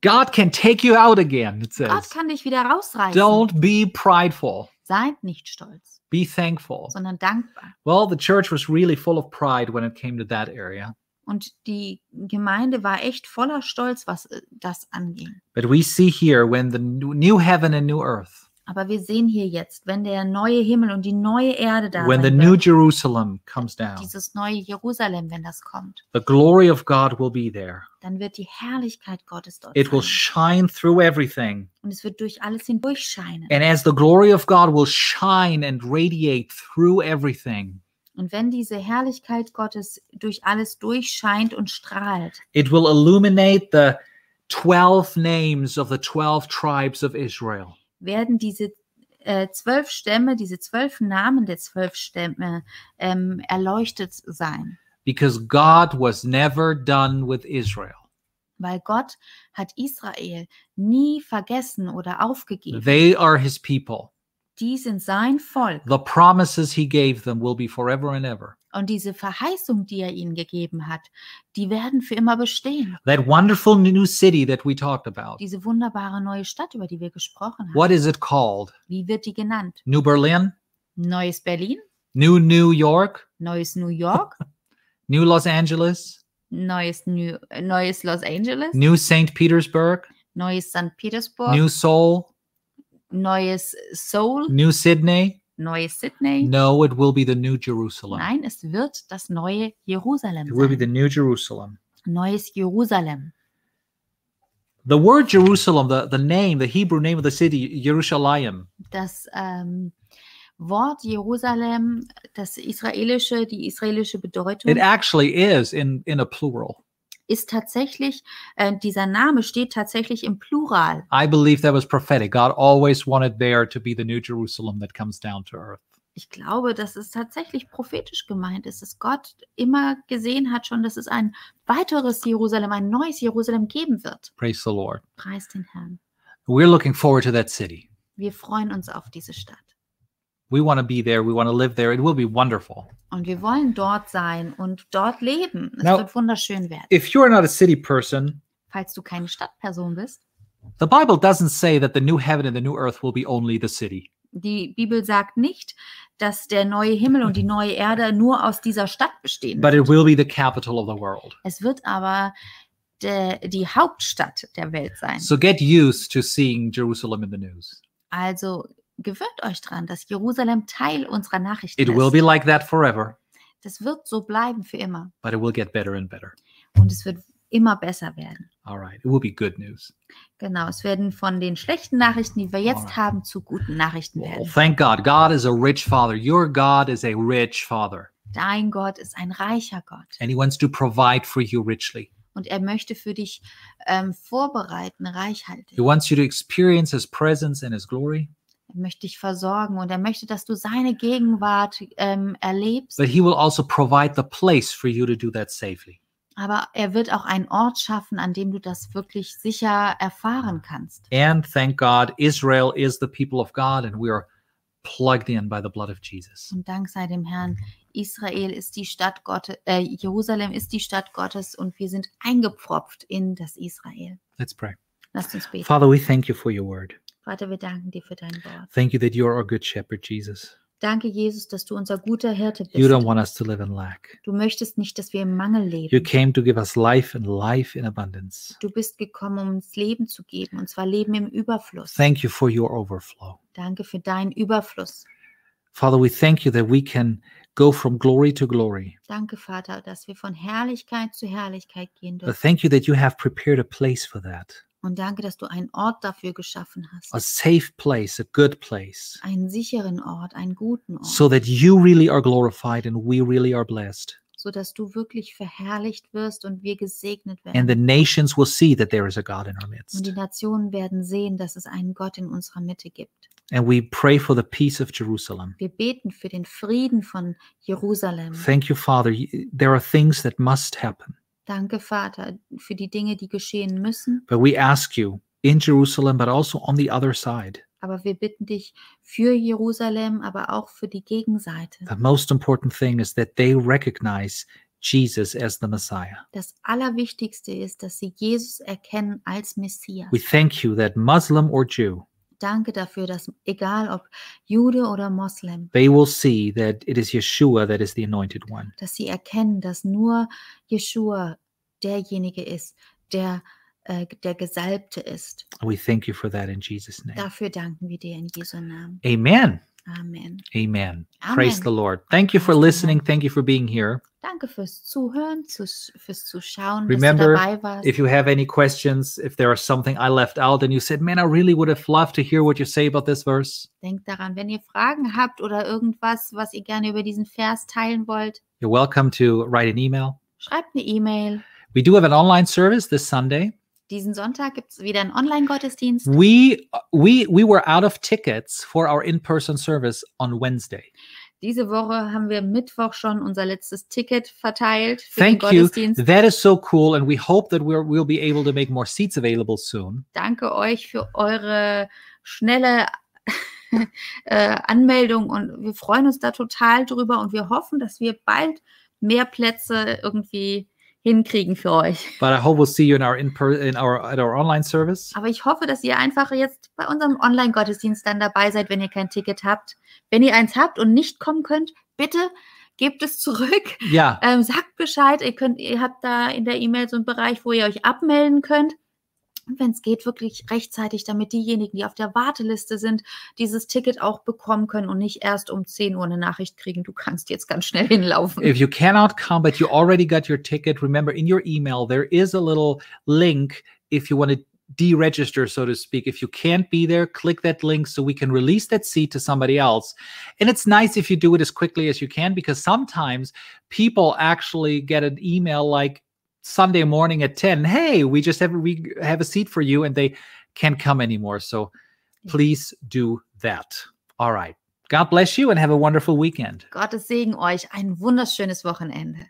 A: God can take you out again, it
B: Gott
A: says.
B: kann dich wieder rausreißen.
A: Don't be prideful.
B: Seid nicht stolz,
A: Be thankful.
B: sondern dankbar.
A: Well, the church was really full of pride when it came to that area.
B: Und die Gemeinde war echt voller Stolz, was äh, das anging.
A: But we see here when the new new heaven and new earth,
B: Aber wir sehen hier jetzt, wenn der neue Himmel und die neue Erde da
A: when the
B: sein
A: new
B: wird,
A: Jerusalem comes down,
B: dieses neue Jerusalem, wenn das kommt,
A: the glory of God will be there.
B: dann wird die Herrlichkeit Gottes dort
A: It will shine
B: sein.
A: through everything.
B: und es wird durch alles hindurch scheinen.
A: And as the glory of God will shine and radiate through everything,
B: Und wenn diese Herrlichkeit Gottes durch alles durchscheint und strahlt,
A: it will illuminate the 12 names of the 12 tribes of Israel.
B: werden diese äh, zwölf Stämme, diese zwölf Namen der zwölf Stämme ähm, erleuchtet sein.
A: Because God was never done with Israel.
B: Weil Gott hat Israel nie vergessen oder aufgegeben.
A: They are his people.
B: Die sind sein Volk.
A: The promises he gave them will be forever and ever.
B: Und diese Verheißung, die er ihnen gegeben hat, die werden für immer bestehen.
A: That wonderful new city that we talked about.
B: Diese wunderbare neue Stadt, über die wir gesprochen haben.
A: What is it called?
B: Wie wird die genannt?
A: New Berlin?
B: Neues Berlin,
A: New New York?
B: neues New York,
A: New Los Angeles?
B: neues, New, äh, neues Los Angeles,
A: New St. Petersburg?
B: neues St. Petersburg,
A: New Seoul?
B: neues Seoul,
A: New Sydney?
B: neues Sydney.
A: No, it will be the New Jerusalem.
B: Nein, es wird das neue Jerusalem
A: It will be
B: sein.
A: the New Jerusalem.
B: Neues Jerusalem.
A: The word Jerusalem, the, the name, the Hebrew name of the city, Yerushalayim,
B: Das ähm, Wort Jerusalem, das israelische, die israelische Bedeutung
A: it actually is in, in a plural.
B: ist tatsächlich, äh, dieser Name steht tatsächlich im Plural.
A: I believe that was prophetic. God always wanted there to be the New Jerusalem that comes down to earth.
B: Ich glaube, dass es tatsächlich prophetisch gemeint ist, dass Gott immer gesehen hat schon, dass es ein weiteres Jerusalem, ein neues Jerusalem geben wird.
A: Praise the Lord.
B: Preis den Herrn.
A: We're looking forward to that city.
B: Wir freuen uns auf diese Stadt.
A: We want to be there. We want to live there. It will be wonderful.
B: Und wir wollen dort sein und dort leben. Es
A: Now-
B: wird wunderschön werden.
A: If you're not a city person,
B: Falls du keine Stadtperson bist,
A: the Bible doesn't say that the new heaven and the new earth will be only the city.
B: die Bibel sagt nicht, dass der neue Himmel und die neue Erde nur aus dieser Stadt bestehen.
A: But it will be the capital of the world.
B: Es wird aber de, die Hauptstadt der Welt sein.
A: So get used to seeing Jerusalem in the news.
B: Also gewöhnt euch dran, dass Jerusalem Teil unserer Nachrichten
A: It will
B: ist.
A: be like that forever,
B: Das wird so bleiben für immer
A: but it will get better and better.
B: und es wird immer besser werden.
A: All right. It will be good news.
B: Genau, es werden von den schlechten Nachrichten, die wir jetzt
A: Alright.
B: haben, zu guten Nachrichten
A: Well,
B: werden.
A: thank God. God is a rich father. Your God is a rich father,
B: Dein Gott ist ein reicher Gott
A: and he wants to provide for you richly.
B: und er möchte für dich ähm, vorbereiten,
A: He
B: reichhaltig.
A: wants you to experience his presence and his glory,
B: Er möchte dich versorgen und er möchte, dass du seine Gegenwart ähm, erlebst.
A: but he will also provide the place for you to do that safely.
B: Aber er wird auch einen Ort schaffen, an dem du das wirklich sicher erfahren kannst.
A: And thank God, Israel is the people of God, and we are plugged in by the blood of Jesus.
B: Und dank sei dem Herrn, Israel ist die Stadt Gottes, äh, Jerusalem ist die Stadt Gottes und wir sind eingepfropft in das Israel.
A: Let's pray.
B: Lasst uns beten.
A: Father, we thank you for your word.
B: Vater, wir danken dir für dein Wort.
A: Thank you that you're our good shepherd, Jesus.
B: Danke, Jesus, dass du unser guter Hirte
A: You don't
B: bist.
A: want us to live in lack.
B: Du möchtest nicht, dass wir im Mangel
A: You
B: leben.
A: came to give us life and life in abundance.
B: Du bist gekommen, um uns Leben zu geben, und zwar Leben im Überfluss.
A: Thank you for your overflow.
B: Danke für deinen Überfluss.
A: Father, we thank you that we can go from glory to glory.
B: Danke, Vater, dass wir von Herrlichkeit zu Herrlichkeit gehen
A: But
B: dürfen.
A: thank you that you have prepared a place for that
B: Und danke, dass du einen Ort dafür geschaffen
A: a
B: hast.
A: safe place, a good place,
B: Einen sicheren Ort, einen guten Ort.
A: so that you really are glorified and we really are blessed.
B: sodass du wirklich verherrlicht wirst und wir gesegnet
A: And the
B: werden.
A: nations will see that there is a God in our
B: Und die
A: midst.
B: Nationen werden sehen, dass es einen Gott in unserer Mitte gibt.
A: And we pray for the peace of Jerusalem.
B: Wir beten für den Frieden von Jerusalem.
A: Thank you, Father. Y- There are things that must happen.
B: Danke, Vater, für die Dinge, die geschehen müssen.
A: But we ask you in Jerusalem, but also on the other side,
B: Aber wir bitten dich für Jerusalem, aber auch für die Gegenseite.
A: The most important thing is that they recognize Jesus as the Messiah.
B: Das Allerwichtigste ist, dass sie Jesus erkennen als Messias.
A: We thank you that Muslim or Jew,
B: Danke dafür, dass egal ob Jude oder Moslem,
A: they will see that it is Yeshua that is the anointed one.
B: dass sie erkennen, dass nur Jeshua derjenige ist, der äh, der Gesalbte ist.
A: And we thank you for that in Jesus' name.
B: Dafür danken wir dir in Jesu Namen.
A: Amen.
B: Amen.
A: Amen. Praise
B: Amen.
A: the Lord. Thank you for
B: Praise the Lord.
A: listening. Thank you for being here.
B: Danke fürs Zuhören, zu, fürs Zuschauen,
A: Remember,
B: dass du dabei warst.
A: If you have any questions, if there is something I left out and you said, man, I really would have loved to hear what you say about this verse,
B: Denkt daran, wenn ihr Fragen habt oder irgendwas, was ihr gerne über diesen Vers teilen wollt,
A: you're welcome to write an email.
B: schreibt eine E-Mail.
A: We do have an online service this Sunday.
B: Diesen Sonntag gibt es wieder einen Online-Gottesdienst.
A: Mhm. we we we were out of tickets for our in-person service on wednesday
B: Diese Woche haben wir Mittwoch schon unser letztes Ticket verteilt für den
A: thank you
B: Gottesdienst.
A: that is so cool and we hope that we're, we'll be able to make more seats available soon
B: danke euch für eure schnelle äh, Anmeldung und wir freuen uns da total drüber und wir hoffen, dass wir bald mehr Plätze irgendwie hinkriegen für euch.
A: but i hope we'll see you in our in, per, in our at our online service
B: Aber ich hoffe, dass ihr einfach jetzt bei unserem Online-Gottesdienst dann dabei seid, wenn ihr kein Ticket habt. Wenn ihr eins habt und nicht kommen könnt, bitte gebt es zurück.
A: yeah
B: Ähm, sagt Bescheid, ihr, könnt, ihr habt da in der E-Mail so einen Bereich, wo ihr euch abmelden könnt. wenn es geht, wirklich rechtzeitig, damit diejenigen, die auf der Warteliste sind, dieses Ticket auch bekommen können und nicht erst um 10 Uhr eine Nachricht kriegen, du kannst jetzt ganz schnell hinlaufen.
A: If you cannot come, but you already got your ticket, remember in your email there is a little link if you want to deregister, so to speak. If you can't be there, click that link so we can release that seat to somebody else. And it's nice if you do it as quickly as you can because sometimes people actually get an email like Sunday morning at 10, hey, we just have we have a seat for you and they can't come anymore. So please do that. All right. God bless you and have a wonderful weekend.
B: Gottes Segen euch. Ein wunderschönes Wochenende.